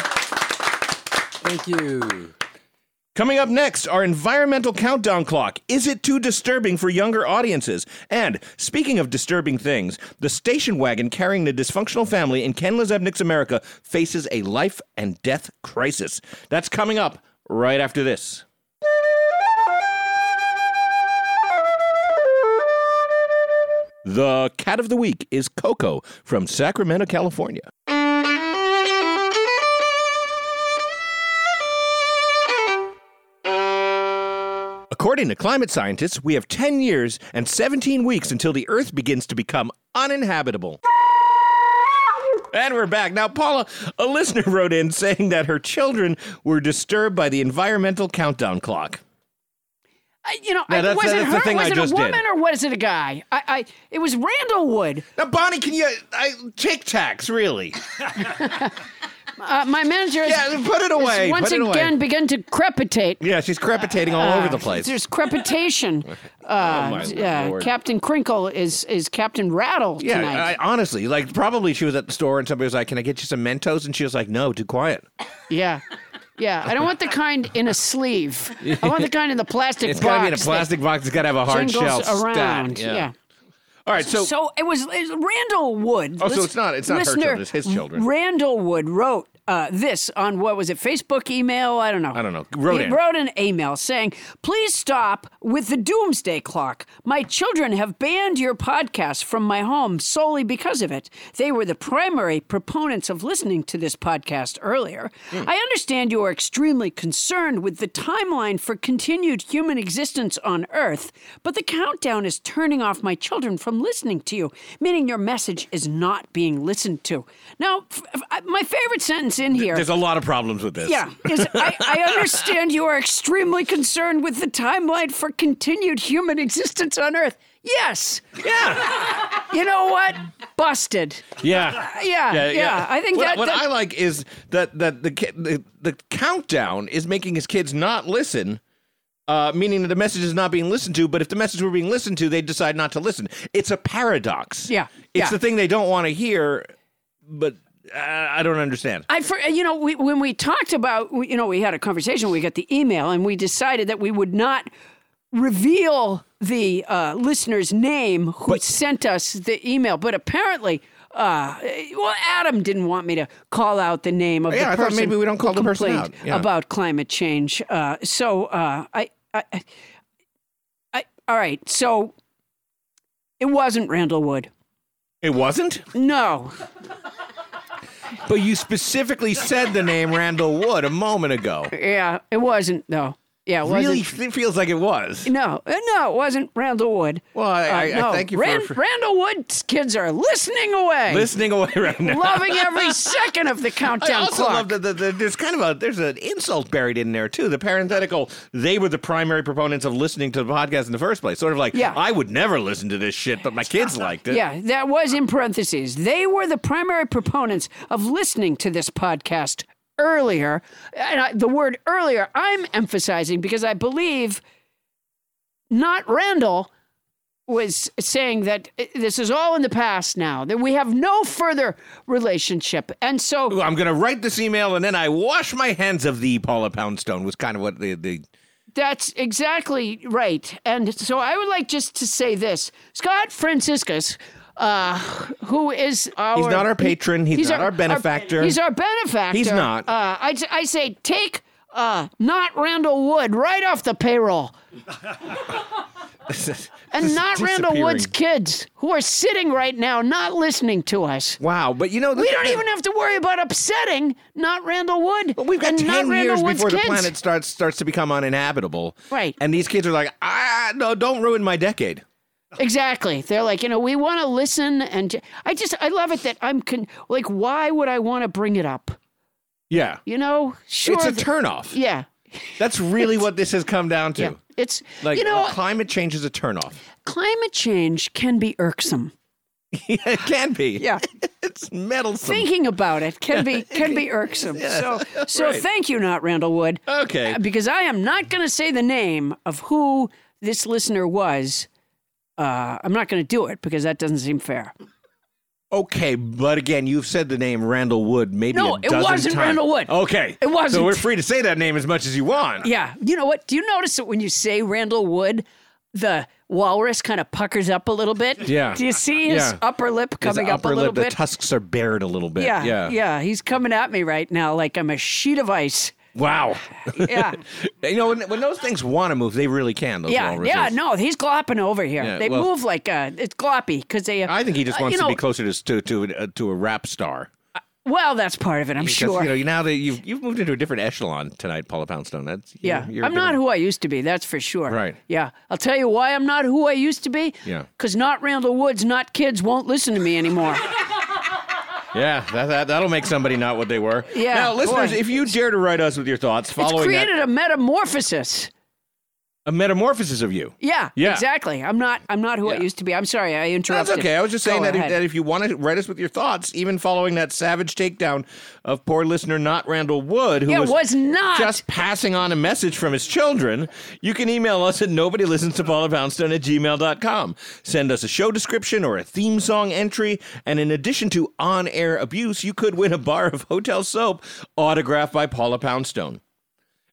S8: Thank you.
S3: Coming up next, our environmental countdown clock. Is it too disturbing for younger audiences? And speaking of disturbing things, the station wagon carrying the dysfunctional family in Ken Lezebnik's America faces a life and death crisis. That's coming up right after this. The cat of the week is Coco from Sacramento, California. According to climate scientists, we have 10 years and 17 weeks until the Earth begins to become uninhabitable. And we're back. Now, Paula, a listener wrote in saying that her children were disturbed by the environmental countdown clock.
S1: I, you know,
S3: No,
S1: I,
S3: that's-
S1: was it
S3: that's the
S1: her?
S3: thing
S1: was
S3: I
S1: it
S3: just
S1: a
S3: did.
S1: woman or was it a guy? I, I it was Randall Wood.
S3: Now, Bonnie, can you I Tic Tacs, really?
S1: Uh, my manager has,
S3: Yeah, put it away,
S1: has once
S3: put it away.
S1: again begun to crepitate. Uh,
S3: Yeah, she's crepitating all over the place. Oh,
S1: There's crepitation. Uh,
S3: my
S1: uh,
S3: Lord.
S1: Captain Crinkle is is Captain Rattle
S3: Yeah, uh,
S1: tonight.
S3: I, honestly, like probably she was at the store and somebody was like, "Can I get you some Mentos?" And she was like, "No, too quiet."
S1: yeah. Yeah, I don't want the kind in a sleeve. I want the kind in the plastic
S3: It's
S1: box.
S3: gotta be in a
S1: that
S3: plastic box. It's gotta have a hard
S1: jingles
S3: shell.
S1: around.
S3: stat. Yeah.
S1: yeah.
S3: All right, so
S1: so it was, it was Randall Wood.
S3: Oh, so
S1: Lis-
S3: it's not- it's not her children, it's his children.
S1: Randall Wood wrote uh, this on what was it? Facebook email? I don't know.
S3: I don't know. Wrote
S1: he
S3: in.
S1: wrote an email saying, "Please stop with the doomsday clock. My children have banned your podcast from my home solely because of it. They were the primary proponents of listening to this podcast earlier. I understand you are extremely concerned with the timeline for continued human existence on Earth, but the countdown is turning off my children from listening to you, meaning your message is not being listened to." Now, f- f- my favorite sentence in here
S3: There's a lot of problems with this.
S1: yeah, is, I, I understand you are extremely concerned with the timeline for continued human existence on Earth. Yes.
S3: Yeah.
S1: you know what? Busted.
S3: Yeah.
S1: Yeah, yeah. I think
S3: what,
S1: that-
S3: what
S1: that-
S3: I like is that that the, ki- the the countdown is making his kids not listen. Uh, meaning that the message is not being listened to, but if the message were being listened to, they decide not to listen. It's a paradox.
S1: Yeah,
S3: It's
S1: yeah.
S3: the thing they don't want to hear, but uh, I don't understand.
S1: I, for, you know, we, when we talked about, we- you know, we had a conversation, we got the email, and we decided that we would not reveal the uh, listener's name who sent us the email. But apparently, uh, well, Adam didn't want me to call out the name of
S3: Yeah, I
S1: the
S3: thought
S1: person.
S3: maybe we don't
S1: who
S3: call the person
S1: complained
S3: out. Yeah.
S1: about climate change. Uh, so uh, I, I, I, I, all right. So it wasn't Randall Wood.
S3: It wasn't?
S1: No.
S3: But you specifically said the name Randall Wood a moment ago.
S1: Yeah, it wasn't though. Yeah, it wasn't.
S3: Really, it feels like it was.
S1: No, uh, no, it wasn't Randall Wood.
S3: Well, I,
S1: Uh,
S3: I, I
S1: no.
S3: thank you
S1: Ran-
S3: for, for
S1: Randall Wood's kids are listening away,
S3: listening away right now.
S1: loving every second of the countdown
S3: I also
S1: clock.
S3: love that the, the, there's kind of a there's an insult buried in there too. The parenthetical, they were the primary proponents of listening to the podcast in the first place. Sort of like,
S1: Yeah.
S3: I would never listen to this shit, but my kids liked it.
S1: yeah, that was in parentheses. They were the primary proponents of listening to this podcast earlier, and I, the word "earlier" I'm emphasizing because I believe not Randall was saying that uh, this is all in the past now that we have no further relationship, and so
S3: Ooh, I'm gonna write this email and then I wash my hands of the Paula Poundstone was kind of what the the
S1: That's exactly right. And so I would like just to say this Scott Franciscus, uh, who is our.
S3: He's not our patron. He's not our benefactor.
S1: he's our benefactor.
S3: He's not.
S1: Uh, I, I say take uh, not Randall Wood right off the payroll. And not Randall Wood's kids who are sitting right now not listening to us.
S3: Wow, but you know
S1: we don't even have to worry about upsetting not Randall Wood. But we've
S3: got
S1: and not
S3: ten
S1: Randall
S3: years
S1: Wood's
S3: before
S1: kids.
S3: the planet starts starts to become uninhabitable.
S1: Right.
S3: And these kids are like, ah, no, don't ruin my decade.
S1: Exactly. They're like, you know, we want to listen, and j- I just, I love it that I'm con- like, why would I want to bring it up?
S3: Yeah.
S1: You know, sure.
S3: It's a
S1: th-
S3: turnoff.
S1: Yeah,
S3: That's really what this has come down to.
S1: Yeah. It's
S3: Like, oh,
S1: you know
S3: climate change is a turnoff.
S1: climate change can be irksome.
S3: it can be.
S1: Yeah.
S3: it's meddlesome.
S1: Thinking about it can be can be irksome. So so
S3: Right.
S1: thank you, not Randall Wood.
S3: Okay.
S1: Uh, Because I am not going to say the name of who this listener was. Uh, I'm not going to do it because that doesn't seem fair.
S3: Okay, but again, you've said the name Randall Wood maybe
S1: No,
S3: a
S1: it
S3: dozen
S1: wasn't
S3: times.
S1: Randall Wood.
S3: Okay,
S1: It wasn't.
S3: So we're free to say that name as much as you want.
S1: Yeah. You know what? Do you notice that when you say Randall Wood, the walrus kind of puckers up a little bit?
S3: Yeah.
S1: Do you see his
S3: Yeah.
S1: upper lip
S3: His
S1: coming up a
S3: upper
S1: little
S3: lip,
S1: bit?
S3: The tusks are bared a little bit.
S1: Yeah,
S3: yeah.
S1: He's coming at me right now like I'm a sheet of ice.
S3: Wow.
S1: Yeah.
S3: you know, when, when those things want to move, they really can. Those
S1: yeah,
S3: walruses.
S1: yeah. No, he's glopping over here.
S3: Yeah,
S1: they
S3: well-
S1: move like uh, it's gloppy because they.
S3: I think he just
S1: uh,
S3: wants
S1: you know,
S3: to be closer to to to, uh, to a rap star.
S1: Well, that's part of it. I'm
S3: Because,
S1: sure.
S3: You know, now that you've you've moved into a different echelon tonight, Paula Poundstone. That's you're-
S1: yeah,
S3: you're
S1: I'm
S3: doing-
S1: not who I used to be. That's for sure.
S3: Right.
S1: Yeah, I'll tell you why I'm not who I used to be.
S3: Yeah.
S1: Because not Randall Woods, not kids won't listen to me anymore.
S3: Yeah, that, that that'll make somebody not what they were.
S1: Yeah,
S3: Now, listeners,
S1: boy.
S3: if you dare to write us with your thoughts
S1: it's
S3: following
S1: created
S3: that,
S1: a metamorphosis.
S3: a metamorphosis of you.
S1: Yeah,
S3: Yeah.
S1: exactly. I'm not. I'm not who I used to be. I'm sorry, I interrupted.
S3: That's okay. I was just saying
S1: Go
S3: that if,
S1: ahead.
S3: that if you want to write us with your thoughts, even following that savage takedown of poor listener not Randall Wood, who
S1: Yeah, was not.
S3: just passing on a message from his children, you can email us at nobody listens to Paula Poundstone at gmail.com. Send us a show description or a theme song entry, and in addition to on air abuse, you could win a bar of hotel soap autographed by Paula Poundstone.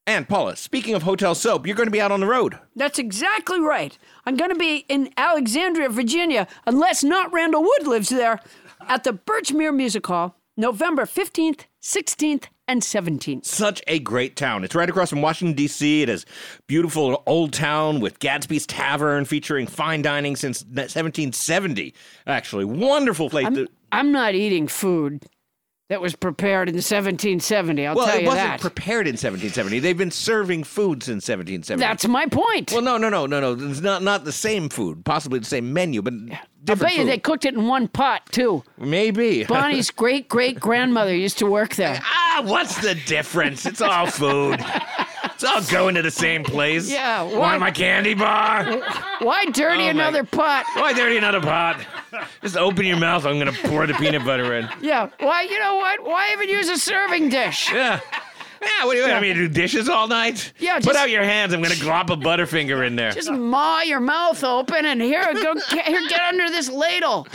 S3: And Paula, speaking of hotel soap, you're going to be out on the road.
S1: That's exactly right. I'm going to be in Alexandria, Virginia, unless not Randall Wood lives there, at the Birchmere Music Hall, November 15th, 16th, and 17th.
S3: such a great town. It's right across from Washington, D.C. It is beautiful old town with Gadsby's Tavern featuring fine dining since 1770. Actually, wonderful place. to-
S1: I'm not eating food that was prepared in 1770, I'll
S3: well,
S1: tell
S3: it
S1: you
S3: wasn't
S1: that.
S3: prepared in 1770. They've been serving food since 1770.
S1: That's my point.
S3: well, no, no, no, no, no. It's not not the same food. Possibly the same menu, but
S1: I
S3: different
S1: bet you
S3: food.
S1: they cooked it in one pot, too.
S3: Maybe
S1: Bonnie's great great grandmother used to work there.
S3: ah, what's the difference? It's all food. It's all going to the same place.
S1: Yeah, why-
S3: Want my candy bar?
S1: Why dirty
S3: Oh, my-
S1: another pot?
S3: Why dirty another pot? Just open your mouth. I'm gonna pour the peanut butter in.
S1: Yeah, why, you know what? Why even use a serving dish?
S3: Yeah. Yeah. What do you want me to do? Dishes all night?
S1: Yeah,
S3: Put
S1: just-
S3: out your hands. I'm gonna glop a butterfinger in there.
S1: Just maw your mouth open and here go get, here get under this ladle.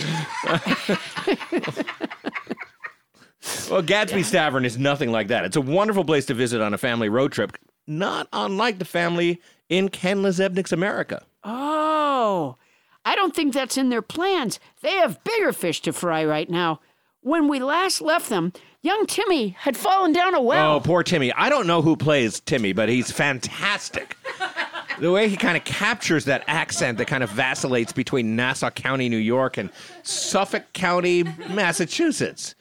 S3: Well, Gadsby's Tavern is nothing like that. It's a wonderful place to visit on a family road trip, not unlike the family in Ken Lezebnik's America.
S1: Oh, I don't think that's in their plans. They have bigger fish to fry right now. When we last left them, young Timmy had fallen down a well.
S3: Oh, poor Timmy. I don't know who plays Timmy, but he's fantastic. the way he kind of captures that accent that kind of vacillates between Nassau County, New York, and Suffolk County, Massachusetts.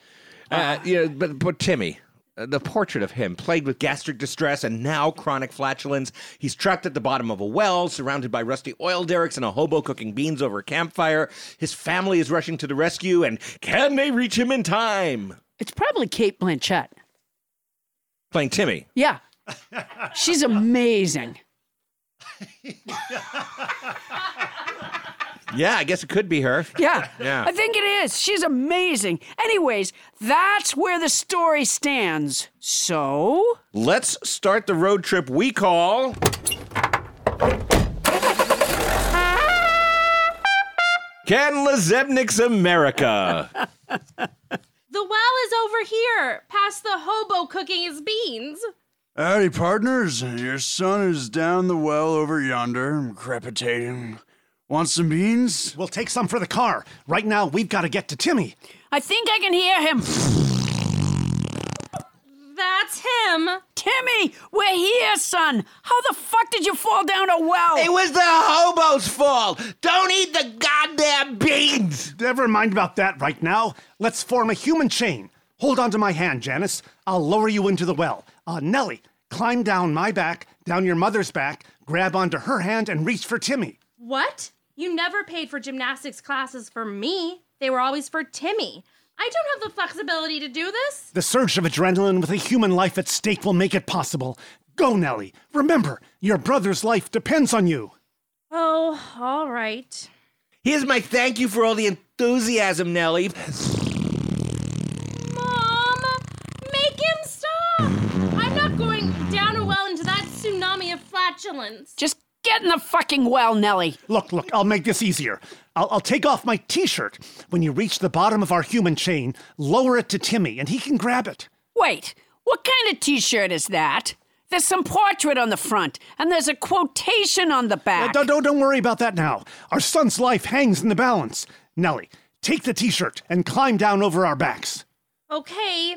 S3: Uh, you know, but, but Timmy. uh, The portrait of him, plagued with gastric distress and now chronic flatulence. He's trapped at the bottom of a well, surrounded by rusty oil derricks and a hobo cooking beans over a campfire. His family is rushing to the rescue, and can they reach him in time?
S1: It's probably Kate Blanchett.
S3: Playing Timmy.
S1: Yeah. She's amazing.
S3: Yeah, I guess it could be her.
S1: Yeah.
S3: Yeah.
S1: I think it is. She's amazing. Anyways, that's where the story stands. So,
S3: Let's start the road trip we call. Ken Lezebnik's America.
S14: The well is over here, past the hobo cooking his beans.
S15: Howdy, partners. Your son is down the well over yonder, crepitating. Want some beans?
S16: We'll take some for the car. Right now, we've got to get to Timmy.
S1: I think I can hear him.
S14: That's him.
S1: Timmy, we're here, son. How the fuck did you fall down a well?
S3: It was the hobo's fault. Don't eat the goddamn beans.
S16: Never mind about that right now. Let's form a human chain. Hold on to my hand, Janice. I'll lower you into the well. Uh, Nellie, climb down my back, down your mother's back, grab onto her hand, and reach for Timmy.
S14: What? You never paid for gymnastics classes for me. They were always for Timmy. I don't have the flexibility to do this.
S16: The surge of adrenaline with a human life at stake will make it possible. Go, Nellie. Remember, your brother's life depends on you.
S14: Oh, all right.
S3: Here's my thank you for all the enthusiasm, Nellie.
S14: Mom, make him stop! I'm not going down a well into that tsunami of flatulence.
S16: Just get in the fucking well, Nellie. Look, look, I'll make this easier. I'll, I'll take off my t shirt. When you reach the bottom of our human chain, lower it to Timmy and he can grab it.
S17: Wait, what kind of t shirt is that? There's some portrait on the front, and there's a quotation on the
S16: Uh,
S17: back.
S16: Don't, don't, don't worry about that now. Our son's life hangs in the balance. Nellie, take the t shirt and climb down over our backs.
S14: Okay,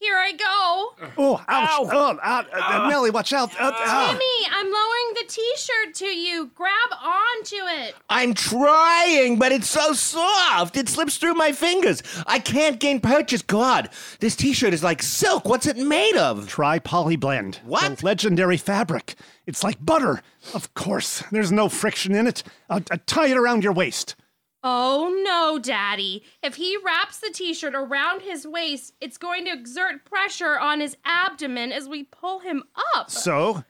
S14: here I go.
S16: Oh, ouch. Oh, out, uh, uh, Nellie, watch out. Uh, ah.
S14: Timmy, I'm lowering the t-shirt to you. Grab onto it.
S3: I'm trying, but it's so soft. It slips through my fingers. I can't gain purchase. God, this t shirt is like silk. What's it made of?
S16: Try polyblend. What? The legendary fabric. It's like butter. Of course, there's no friction in it. Uh, uh, tie it around your waist.
S14: Oh no, Daddy. If he wraps the t shirt around his waist, it's going to exert pressure on his abdomen as we pull him up.
S16: So?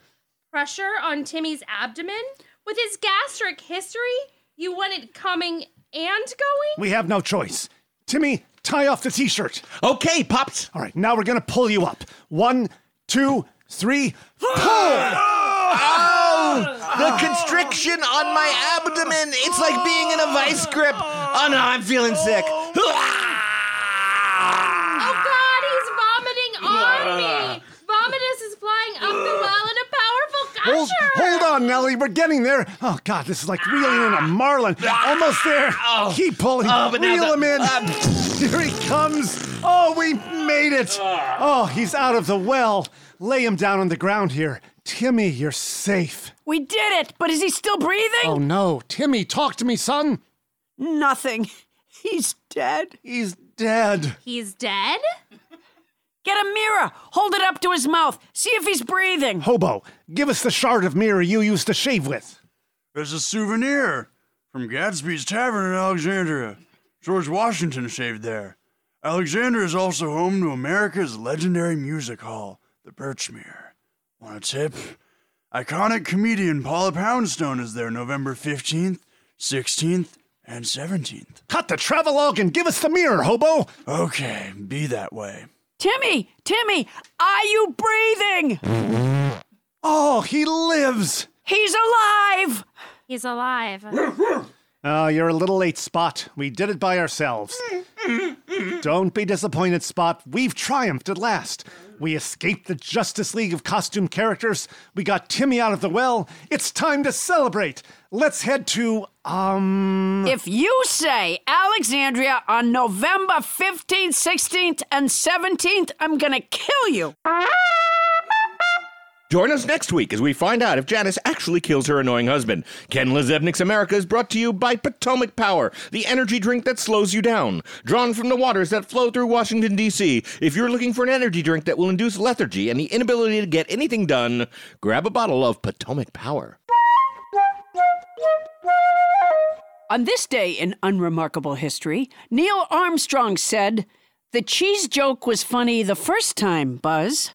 S14: Pressure on Timmy's abdomen? With his gastric history? You want it coming and going?
S16: We have no choice. Timmy, tie off the t shirt.
S3: Okay, Pops.
S16: All right, now we're going to pull you up. One, two, three, pull!
S3: Oh! The constriction on my abdomen. It's like being in a vice grip. Oh, no, I'm feeling sick.
S14: Oh
S16: Ah.
S14: god, he's vomiting on me! Vomitus is flying up the well in a powerful
S16: Ah. Hold,
S14: gusher!
S16: hold on, Nellie. We're getting there. Oh, God, this is like reeling in a marlin. Almost there. Keep pulling.
S3: Oh, but now
S16: Reel
S3: the-
S16: him in. Here he comes. Oh, we made it.
S3: Ah.
S16: Oh, he's out of the well. Lay him down on the ground here. Timmy, you're safe.
S17: we did it, but is he still breathing?
S16: Oh, no. Timmy, talk to me, son.
S17: Nothing. He's dead.
S16: He's dead.
S14: He's dead?
S17: Get a mirror. Hold it up to his mouth. See if he's breathing.
S16: Hobo, give us the shard of mirror you used to shave with.
S15: It's a souvenir from Gadsby's Tavern in Alexandria. George Washington shaved there. Alexandria is also home to America's legendary music hall, the Birchmere. Want a tip? Iconic comedian Paula Poundstone is there November 15th, 16th, and 17th.
S16: Cut the travelogue and give us the mirror, hobo!
S15: Okay, be that way.
S17: Timmy, Timmy, are you breathing?
S16: Oh, he lives.
S17: He's alive!
S14: He's alive.
S16: Oh, you're a little late, Spot. We did it by ourselves. Don't be disappointed, Spot. We've triumphed at last. We escaped the Justice League of costume characters. We got Timmy out of the well. It's time to celebrate. Let's head to, um.
S17: If you say Alexandria on November 15th, 16th, and 17th, I'm gonna kill you.
S6: Join us next week as we find out if Janice actually kills her annoying husband. Ken Lezebnik's America is brought to you by Potomac Power, the energy drink that slows you down. Drawn from the waters that flow through Washington, D.C., if you're looking for an energy drink that will induce lethargy and the inability to get anything done, grab a bottle of Potomac Power.
S17: On this day in unremarkable history, Neil Armstrong said, The cheese joke was funny the first time, Buzz.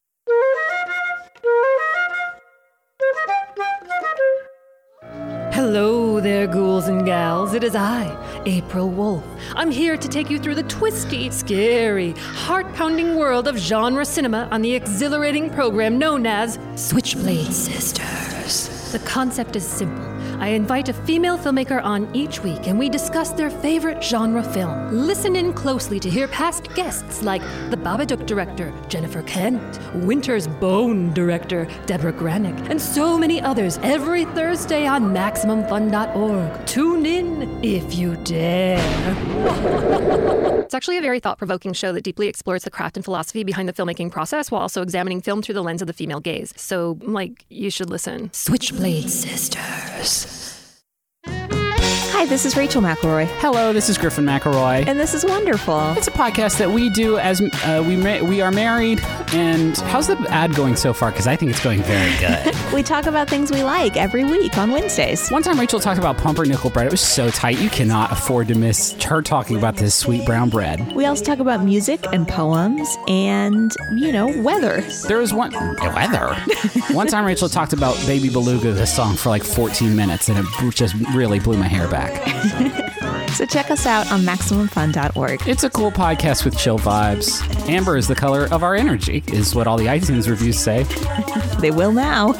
S18: Hello there, ghouls and gals. It is I, April Wolf. I'm here to take you through the twisty, scary, heart pounding world of genre cinema on the exhilarating program known as Switchblade Sisters. The concept is simple. I invite a female filmmaker on each week and we discuss their favorite genre film. Listen in closely to hear past guests like the Babadook director, Jennifer Kent, Winter's Bone director, Deborah Granick, and so many others every Thursday on MaximumFun.org. Tune in if you dare.
S19: It's actually a very thought provoking show that deeply explores the craft and philosophy behind the filmmaking process while also examining film through the lens of the female gaze. So, like, you should listen.
S18: Switchblade Sisters.
S20: Hi, this is Rachel McElroy.
S21: Hello, this is Griffin McElroy.
S20: And this is wonderful.
S21: It's a podcast that we do as uh, we ma- we are married. And how's the ad going so far? Because I think it's going very good.
S20: we talk about things we like every week on Wednesdays.
S21: One time Rachel talked about pumpernickel bread. It was so tight. You cannot afford to miss her talking about this sweet brown bread.
S20: We also talk about music and poems and, you know, weather.
S21: There was one. The weather. one time Rachel talked about Baby Beluga, the song, for like 14 minutes, and it just really blew my hair back.
S20: So check us out on MaximumFun.org.
S21: It's a cool podcast with chill vibes. Amber is the color of our energy, is what all the iTunes reviews say.
S20: they will now.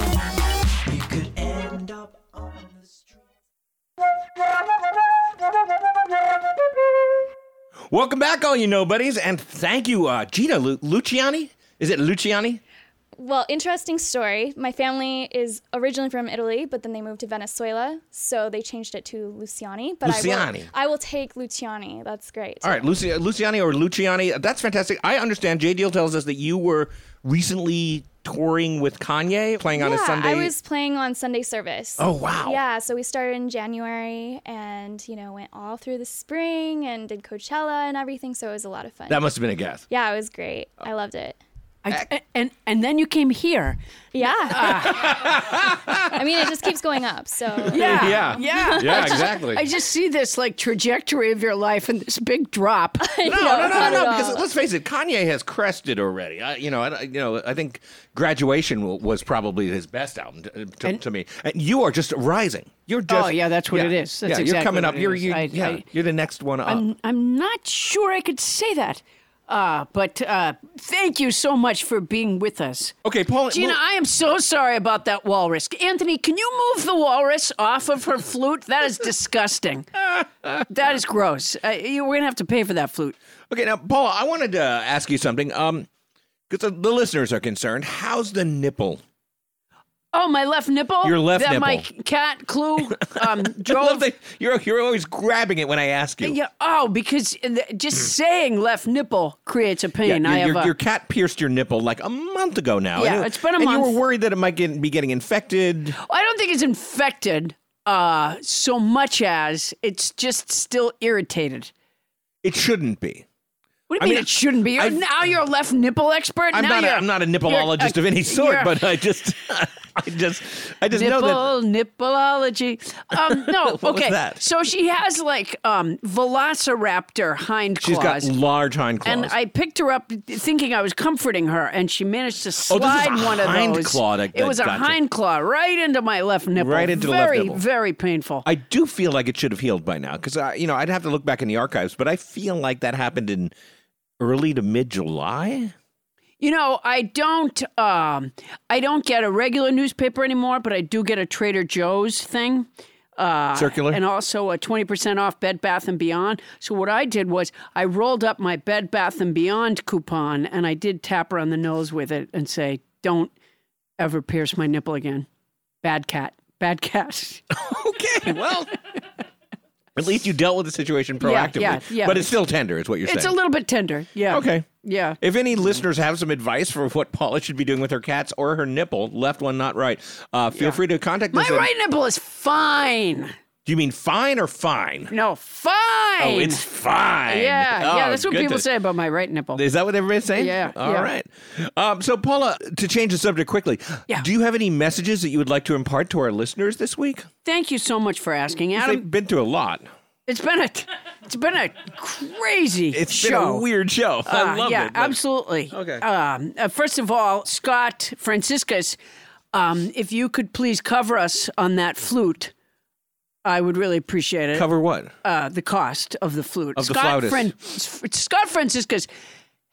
S3: Welcome back, all you nobodies, and thank you, uh, Gina Lu- Luciani. Is it Luciani?
S22: Well, interesting story. My family is originally from Italy, but then they moved to Venezuela, so they changed it to Luciani. But I
S3: Luciani.
S22: will, I will take Luciani. That's great.
S3: All right, Luci- Luciani or Luciani. That's fantastic. I understand. J Deal tells us that you were recently touring with Kanye, playing on a
S22: Yeah,
S3: Sunday.
S22: I was playing on Sunday service.
S3: Oh, wow.
S22: Yeah, so we started in January and, you know, went all through the spring and did Coachella and everything, so it was a lot of fun.
S3: That must have been a guess.
S22: Yeah, it was great. I loved it.
S1: I, and and then you came here. Ah.
S22: Yeah. I mean, it just keeps going up, so.
S1: Yeah.
S3: Yeah.
S1: Yeah.
S3: Yeah,
S1: I just-
S3: exactly.
S1: I just see this like trajectory of your life and this big drop.
S3: No, no, no, no, no.
S1: uh,
S3: Because let's face it, Kanye has crested already. I, you know, I, you know. I think Graduation wa- was probably his best album to, to, to me. And you are just rising. You're just.
S1: Oh, yeah, that's what it is. That's
S3: yeah, you're
S1: exactly
S3: coming
S1: what
S3: up.
S1: it
S3: You're
S1: is.
S3: you,
S1: I-
S3: yeah,
S1: I-
S3: you're the next one up.
S1: I'm, I'm not sure I could say that. Uh, but uh, thank you so much for being with us.
S3: Okay, Paul.
S1: Gina,
S3: well-
S1: I am so sorry about that walrus. Anthony, can you move the walrus off of her flute? That is disgusting. that is gross. Uh, you, we're going to have to pay for that flute.
S3: Okay, now Paula, I wanted to ask you something. Um, because the, the listeners are concerned. How's the nipple?
S1: Oh, my left nipple?
S3: Your left
S1: that my
S3: nipple.
S1: cat clue um,
S3: I
S1: drove
S3: love that you're you're always grabbing it when I ask you.
S1: Yeah. Oh, because in the- just saying left nipple creates a
S3: Yeah,
S1: pain.
S3: your,
S1: I have
S3: your,
S1: a.
S3: your cat pierced your nipple like a month ago now.
S1: Yeah,
S3: and
S1: it's been a
S3: and you
S1: month.
S3: were worried that it might get, be getting infected.
S1: I don't think it's infected uh, so much as it's just still irritated.
S3: It shouldn't be.
S1: What do
S3: I
S1: you mean
S3: mean,
S1: it shouldn't be? You're,
S3: I've-
S1: now you're a left nipple expert.
S3: I'm
S1: now
S3: not. A,
S1: you're-
S3: I'm not a
S1: you're uh,
S3: nippleologist of any sort,
S1: you're-
S3: but I just, I just, I just
S1: nipple,
S3: know
S1: nippleology. Um, no,
S3: What was
S1: okay.
S3: that?
S1: So she has like um, velociraptor hind
S3: that she's got
S1: claws.
S3: large hind claws.
S1: And I picked her up thinking I was comforting her, and she managed to
S3: Oh, this is
S1: slide
S3: a
S1: one of
S3: hind
S1: those.
S3: claw that-
S1: it
S3: that
S1: was a
S3: got you.
S1: hind claw right into my left nipple.
S3: Right into the left
S1: very,
S3: nipple.
S1: very painful.
S3: I do feel like it should have healed by now because I, you know, I'd have to look back in the archives, but I feel like that happened in early to mid July.
S1: You know, I don't, um, I don't get a regular newspaper anymore, but I do get a Trader Joe's thing. Uh,
S3: Circular?
S1: and also a 20% off bed bath and beyond so what i did was i rolled up my bed bath and beyond coupon and i did tap her on the nose with it and say don't ever pierce my nipple again bad cat bad cat
S3: okay well At least you dealt with the
S1: Yeah,
S3: situation proactively,
S1: yeah, yeah.
S3: but it's still tender, is what you're
S1: it's
S3: saying.
S1: a little bit tender yeah
S3: Okay.
S1: yeah
S3: If any listeners have some advice for what Paula should be doing with her cats or her nipple, left one, not right, uh, feel free to contact
S1: my
S3: us. at-
S1: right nipple is fine
S3: Do you mean fine or fine?
S1: no fine
S3: Oh, it's fine.
S1: yeah yeah
S3: Oh,
S1: that's what people
S3: goodness.
S1: say about my right nipple
S3: Is that what everybody's saying?
S1: Yeah,
S3: All
S1: yeah.
S3: right. Um, so, Paula, to change the subject quickly, do you have any messages that you would like to impart to our listeners this week?
S1: thank you so much for asking adam
S3: They've been through a lot.
S1: It's been a it's been a crazy
S3: It's
S1: show.
S3: been a weird show. I
S1: Uh,
S3: love
S1: yeah,
S3: it. but-
S1: absolutely.
S3: Okay.
S1: Um, uh, first of all, Scott Franciscus, um, if you could please cover us on that flute, I would really appreciate it.
S3: Cover what?
S1: Uh, the cost of the flute.
S3: Of the
S1: Scott
S3: flautist.
S1: Scott Franciscus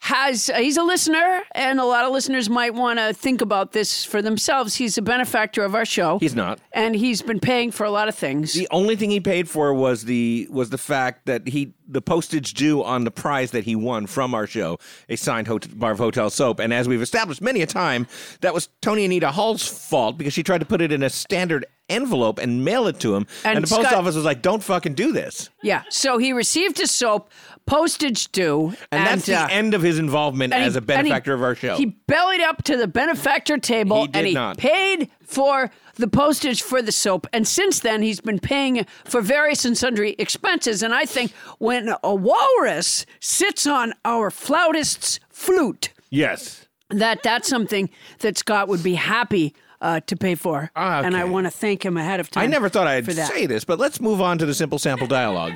S1: has uh, he's a listener, and a lot of listeners might want to think about this for themselves. He's a benefactor of our show.
S3: He's not.
S1: and he's been paying for a lot of things.
S3: The only thing he paid for was the was the fact that he the postage due on the prize that he won from our show, a signed hotel, bar of hotel soap. And as we've established many a time, that was Tony Anita Hall's fault because she tried to put it in a standard envelope and mail it to him. And,
S1: And
S3: the post
S1: Scott-
S3: office was like, "Don't fucking do this."
S1: Yeah. So he received his soap, postage due,
S3: And, that's the
S1: uh,
S3: end of his involvement
S1: and he-
S3: as a
S1: and he-
S3: benefactor of our show.
S1: He bellied up to the benefactor table
S3: He did
S1: and he
S3: not.
S1: paid for the postage for the soap. And since then, he's been paying for various and sundry expenses. And I think when a walrus sits on our flautist's flute,
S3: Yes.
S1: that that's something that Scott would be happy uh, to pay for. And I want to thank him ahead of time.
S3: Ah, I never thought I'd
S1: for that.
S3: say this, but let's move on to the simple sample dialogue.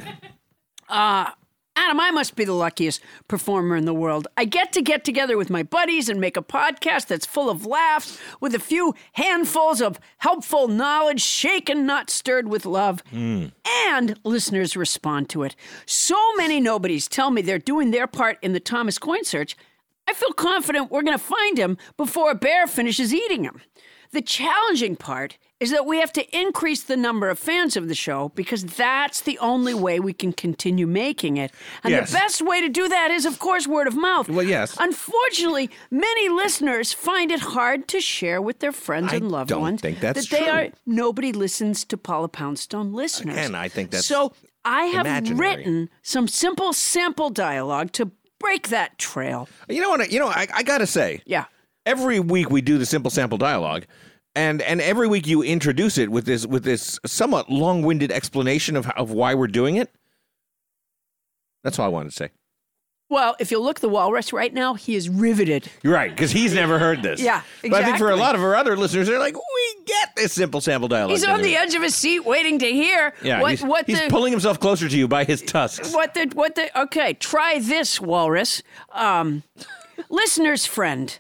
S1: Uh, Adam, I must be the luckiest performer in the world. I get to get together with my buddies and make a podcast that's full of laughs, with a few handfuls of helpful knowledge, shaken, not stirred with love, and listeners respond to it. So many nobodies tell me they're doing their part in the Thomas Coin search. I feel confident we're going to find him before a bear finishes eating him. The challenging part is that we have to increase the number of fans of the show because that's the only way we can continue making it. And
S3: Yes.
S1: the best way to do that is, of course, word of mouth. Well,
S3: yes.
S1: Unfortunately, many listeners find it hard to share with their friends
S3: I
S1: and loved
S3: don't
S1: ones
S3: think that's
S1: that they
S3: true.
S1: are nobody listens to Paula Poundstone listeners.
S3: Again, I think that's
S1: so. I have
S3: imaginary.
S1: written some simple sample dialogue to break that trail.
S3: You know what? I- You know, I, I gotta say,
S1: yeah.
S3: Every week we do the simple sample dialogue, and and every week you introduce it with this with this somewhat long winded explanation of how, of why we're doing it. That's all I wanted to say.
S1: Well, if you look the walrus right now, he is riveted.
S3: You're right, because he's never heard this.
S1: Yeah,
S3: But I think for a
S1: exactly.
S3: lot of our other listeners, they're like, we get this simple sample dialogue.
S1: He's on the edge of his seat, waiting to hear
S3: Yeah,
S1: what
S3: he's,
S1: what
S3: he's
S1: the
S3: pulling himself closer to you by his tusks.
S1: what the what the okay try this walrus um listener's friend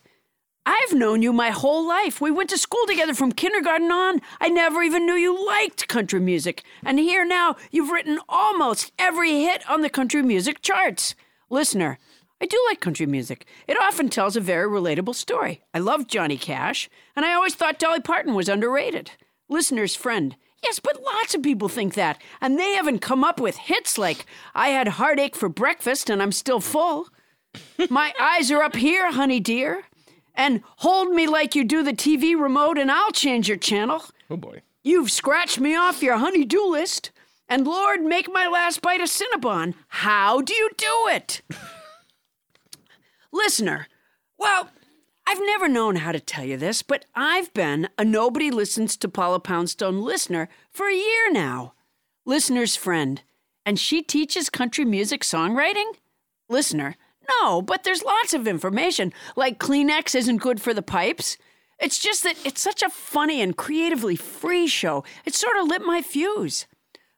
S1: i've known you my whole life we went to school together from kindergarten on i never even knew you liked country music and here now you've written almost every hit on the country music charts listener I do like country music. It often tells a very relatable story. I love Johnny Cash, and I always thought Dolly Parton was underrated. Listener's friend, Yes, but lots of people think that, and they haven't come up with hits like I had heartache for breakfast and I'm still full. My eyes are up here, honey dear. And hold me like you do the TV remote and I'll change your channel.
S3: Oh boy.
S1: You've scratched me off your honey-do list. And Lord, make my last bite of Cinnabon. How do you do it? Listener, well, I've never known how to tell you this, but I've been a nobody listens to Paula Poundstone listener for a year now. Listener's friend. And she teaches country music songwriting? Listener, no, but there's lots of information, like Kleenex isn't good for the pipes. It's just that it's such a funny and creatively free show. It sort of lit my fuse.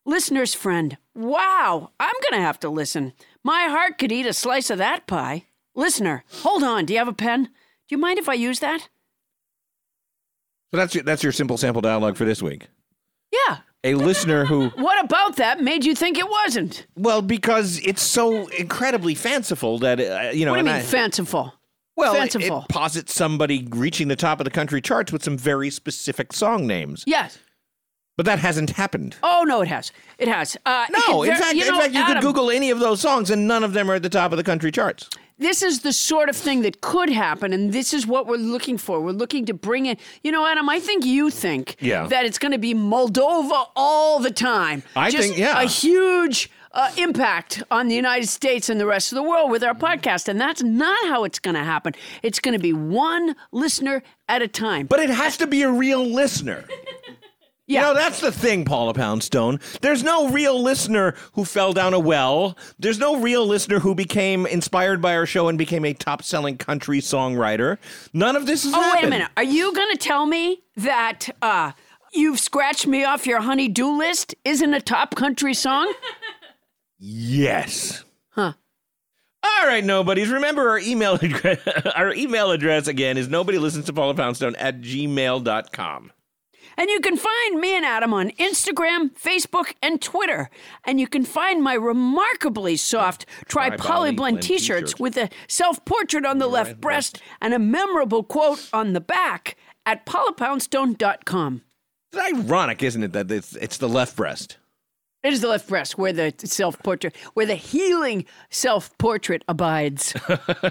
S1: Listener's friend, wow, I'm going to have to listen. My heart could eat a slice of that pie. Listener, hold on, do you have a pen? Do you mind if I use that?
S3: So that's your, that's your simple sample dialogue for this week.
S1: Yeah.
S3: A listener who
S1: What about that made you think it wasn't?
S3: Well, because it's so incredibly fanciful that uh, you know.
S1: what do you
S3: and
S1: mean,
S3: I-
S1: fanciful?
S3: Well, it-
S1: fanciful.
S3: It, posits somebody reaching the top of the country charts with some very specific song names,
S1: yes.
S3: but that hasn't happened.
S1: Oh, no, it has. It has. Uh,
S3: No,
S1: it-
S3: in
S1: there-
S3: fact,
S1: you know,
S3: in fact, you
S1: Adam,
S3: could Google any of those songs, and none of them are at the top of the country charts.
S1: this is the sort of thing that could happen, and this is what we're looking for. We're looking to bring in, you know, Adam. I think you think
S3: Yeah.
S1: that it's going to be Moldova all the time.
S3: I
S1: Just
S3: think- yeah.
S1: a huge uh, impact on the United States and the rest of the world with our podcast, and that's not how it's going to happen. It's going to be one listener at a time.
S3: But it has to be a real listener. Yeah. You know, that's the thing, Paula Poundstone. There's no real listener who fell down a well. There's no real listener who became inspired by our show and became a top selling country songwriter. None of this is
S1: oh, wait a minute. Are you going to tell me that uh, you've scratched me off your honey-do list isn't a top country song?
S3: Yes.
S1: Huh.
S3: All right, nobodies. Remember our email address. our email address again is nobody listens to Paula Poundstone at gmail.com.
S1: And you can find me and Adam on Instagram, Facebook, and Twitter. And you can find my remarkably soft tri polyblend
S17: Tri-polyblend
S1: t shirts with a self portrait on the left breast and a memorable quote on the back at paulapoundstone.com.
S3: It's ironic, isn't it, that it's, it's the left breast?
S1: It is the left breast where the self portrait, where the healing self portrait abides.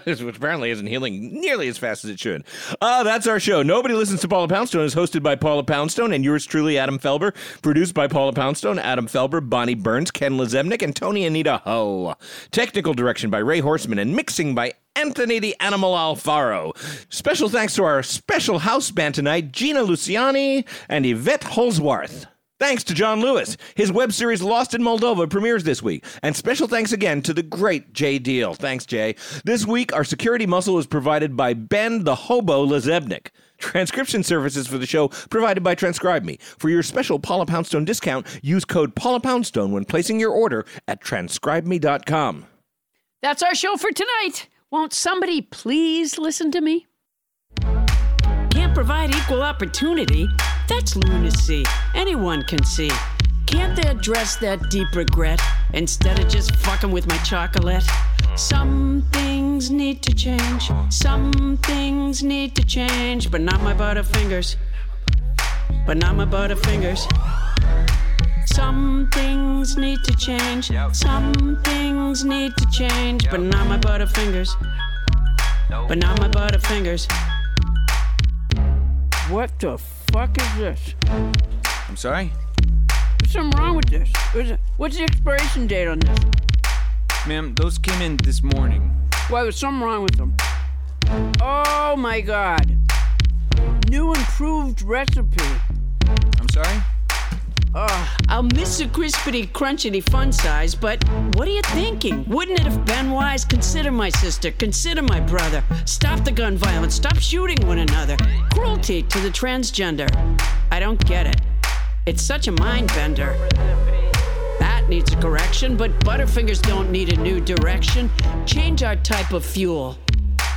S3: which apparently isn't healing nearly as fast as it should. Uh, that's our show. Nobody listens to Paula Poundstone is hosted by Paula Poundstone and yours truly, Adam Felber. Produced by Paula Poundstone, Adam Felber, Bonnie Burns, Ken Lazemnik, and Tony Anita Ho. Technical direction by Ray Horseman and mixing by Anthony the Animal Alfaro. Special thanks to our special house band tonight, Gina Luciani and Yvette Holsworth. Thanks to John Lewis. His web series Lost in Moldova premieres this week. And special thanks again to the great Jay Deal. Thanks, Jay. This week, our security muscle is provided by Ben the Hobo Lazebnik. Transcription services for the show provided by Transcribe Me. For your special Paula Poundstone discount, use code Paula Poundstone when placing your order at transcribeme.com.
S1: That's our show for tonight. Won't somebody please listen to me? Can't provide equal opportunity? That's lunacy. Anyone can see. Can't they address that deep regret instead of just fucking with my chocolate? Some things need to change. Some things need to change, but not my butterfingers. But not my butterfingers. Some things need to change. Some things need to change, but not my butterfingers. But not my butterfingers. What the fuck is this?
S10: I'm sorry?
S1: There's something wrong with this. What's the- What's the expiration date on this?
S10: Ma'am, those came in this morning.
S1: Why, there's something wrong with them. Oh my god. New improved recipe.
S10: I'm sorry?
S1: Ugh, I'll miss the crispity, crunchity fun size, but what are you thinking? Wouldn't it have been wise? Consider my sister, consider my brother. Stop the gun violence, stop shooting one another. Cruelty to the transgender. I don't get it. It's such a mind bender. That needs a correction, but Butterfingers don't need a new direction. Change our type of fuel.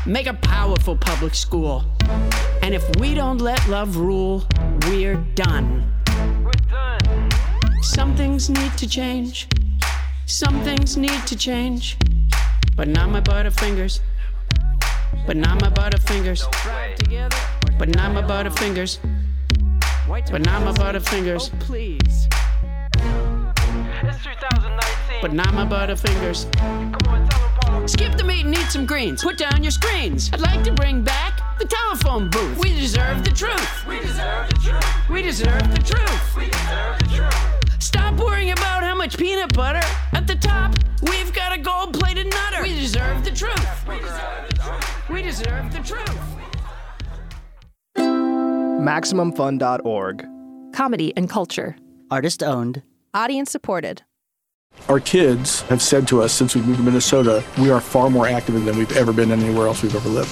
S1: Make a powerful public school. And if we don't let love rule, we're done. Some things need to change. Some things need to change. But not my butterfingers. But not my butterfingers. But not my butterfingers. But not my butterfingers. Oh, please. But not my butterfingers.
S6: Skip the meat and eat some greens. Put down your screens.
S1: I'd like to bring back the telephone booth. We deserve the truth.
S6: We deserve the truth.
S1: We deserve the truth.
S6: We deserve the truth.
S1: Stop worrying about how much peanut butter. At the top, we've got a gold plated nutter. We deserve the truth.
S6: We deserve the truth.
S1: We deserve the truth.
S23: MaximumFun.org.
S18: Comedy and culture.
S23: Artist owned.
S18: Audience supported.
S23: Our kids have said to us since we moved to Minnesota, we are far more active than we've ever been anywhere else we've ever lived.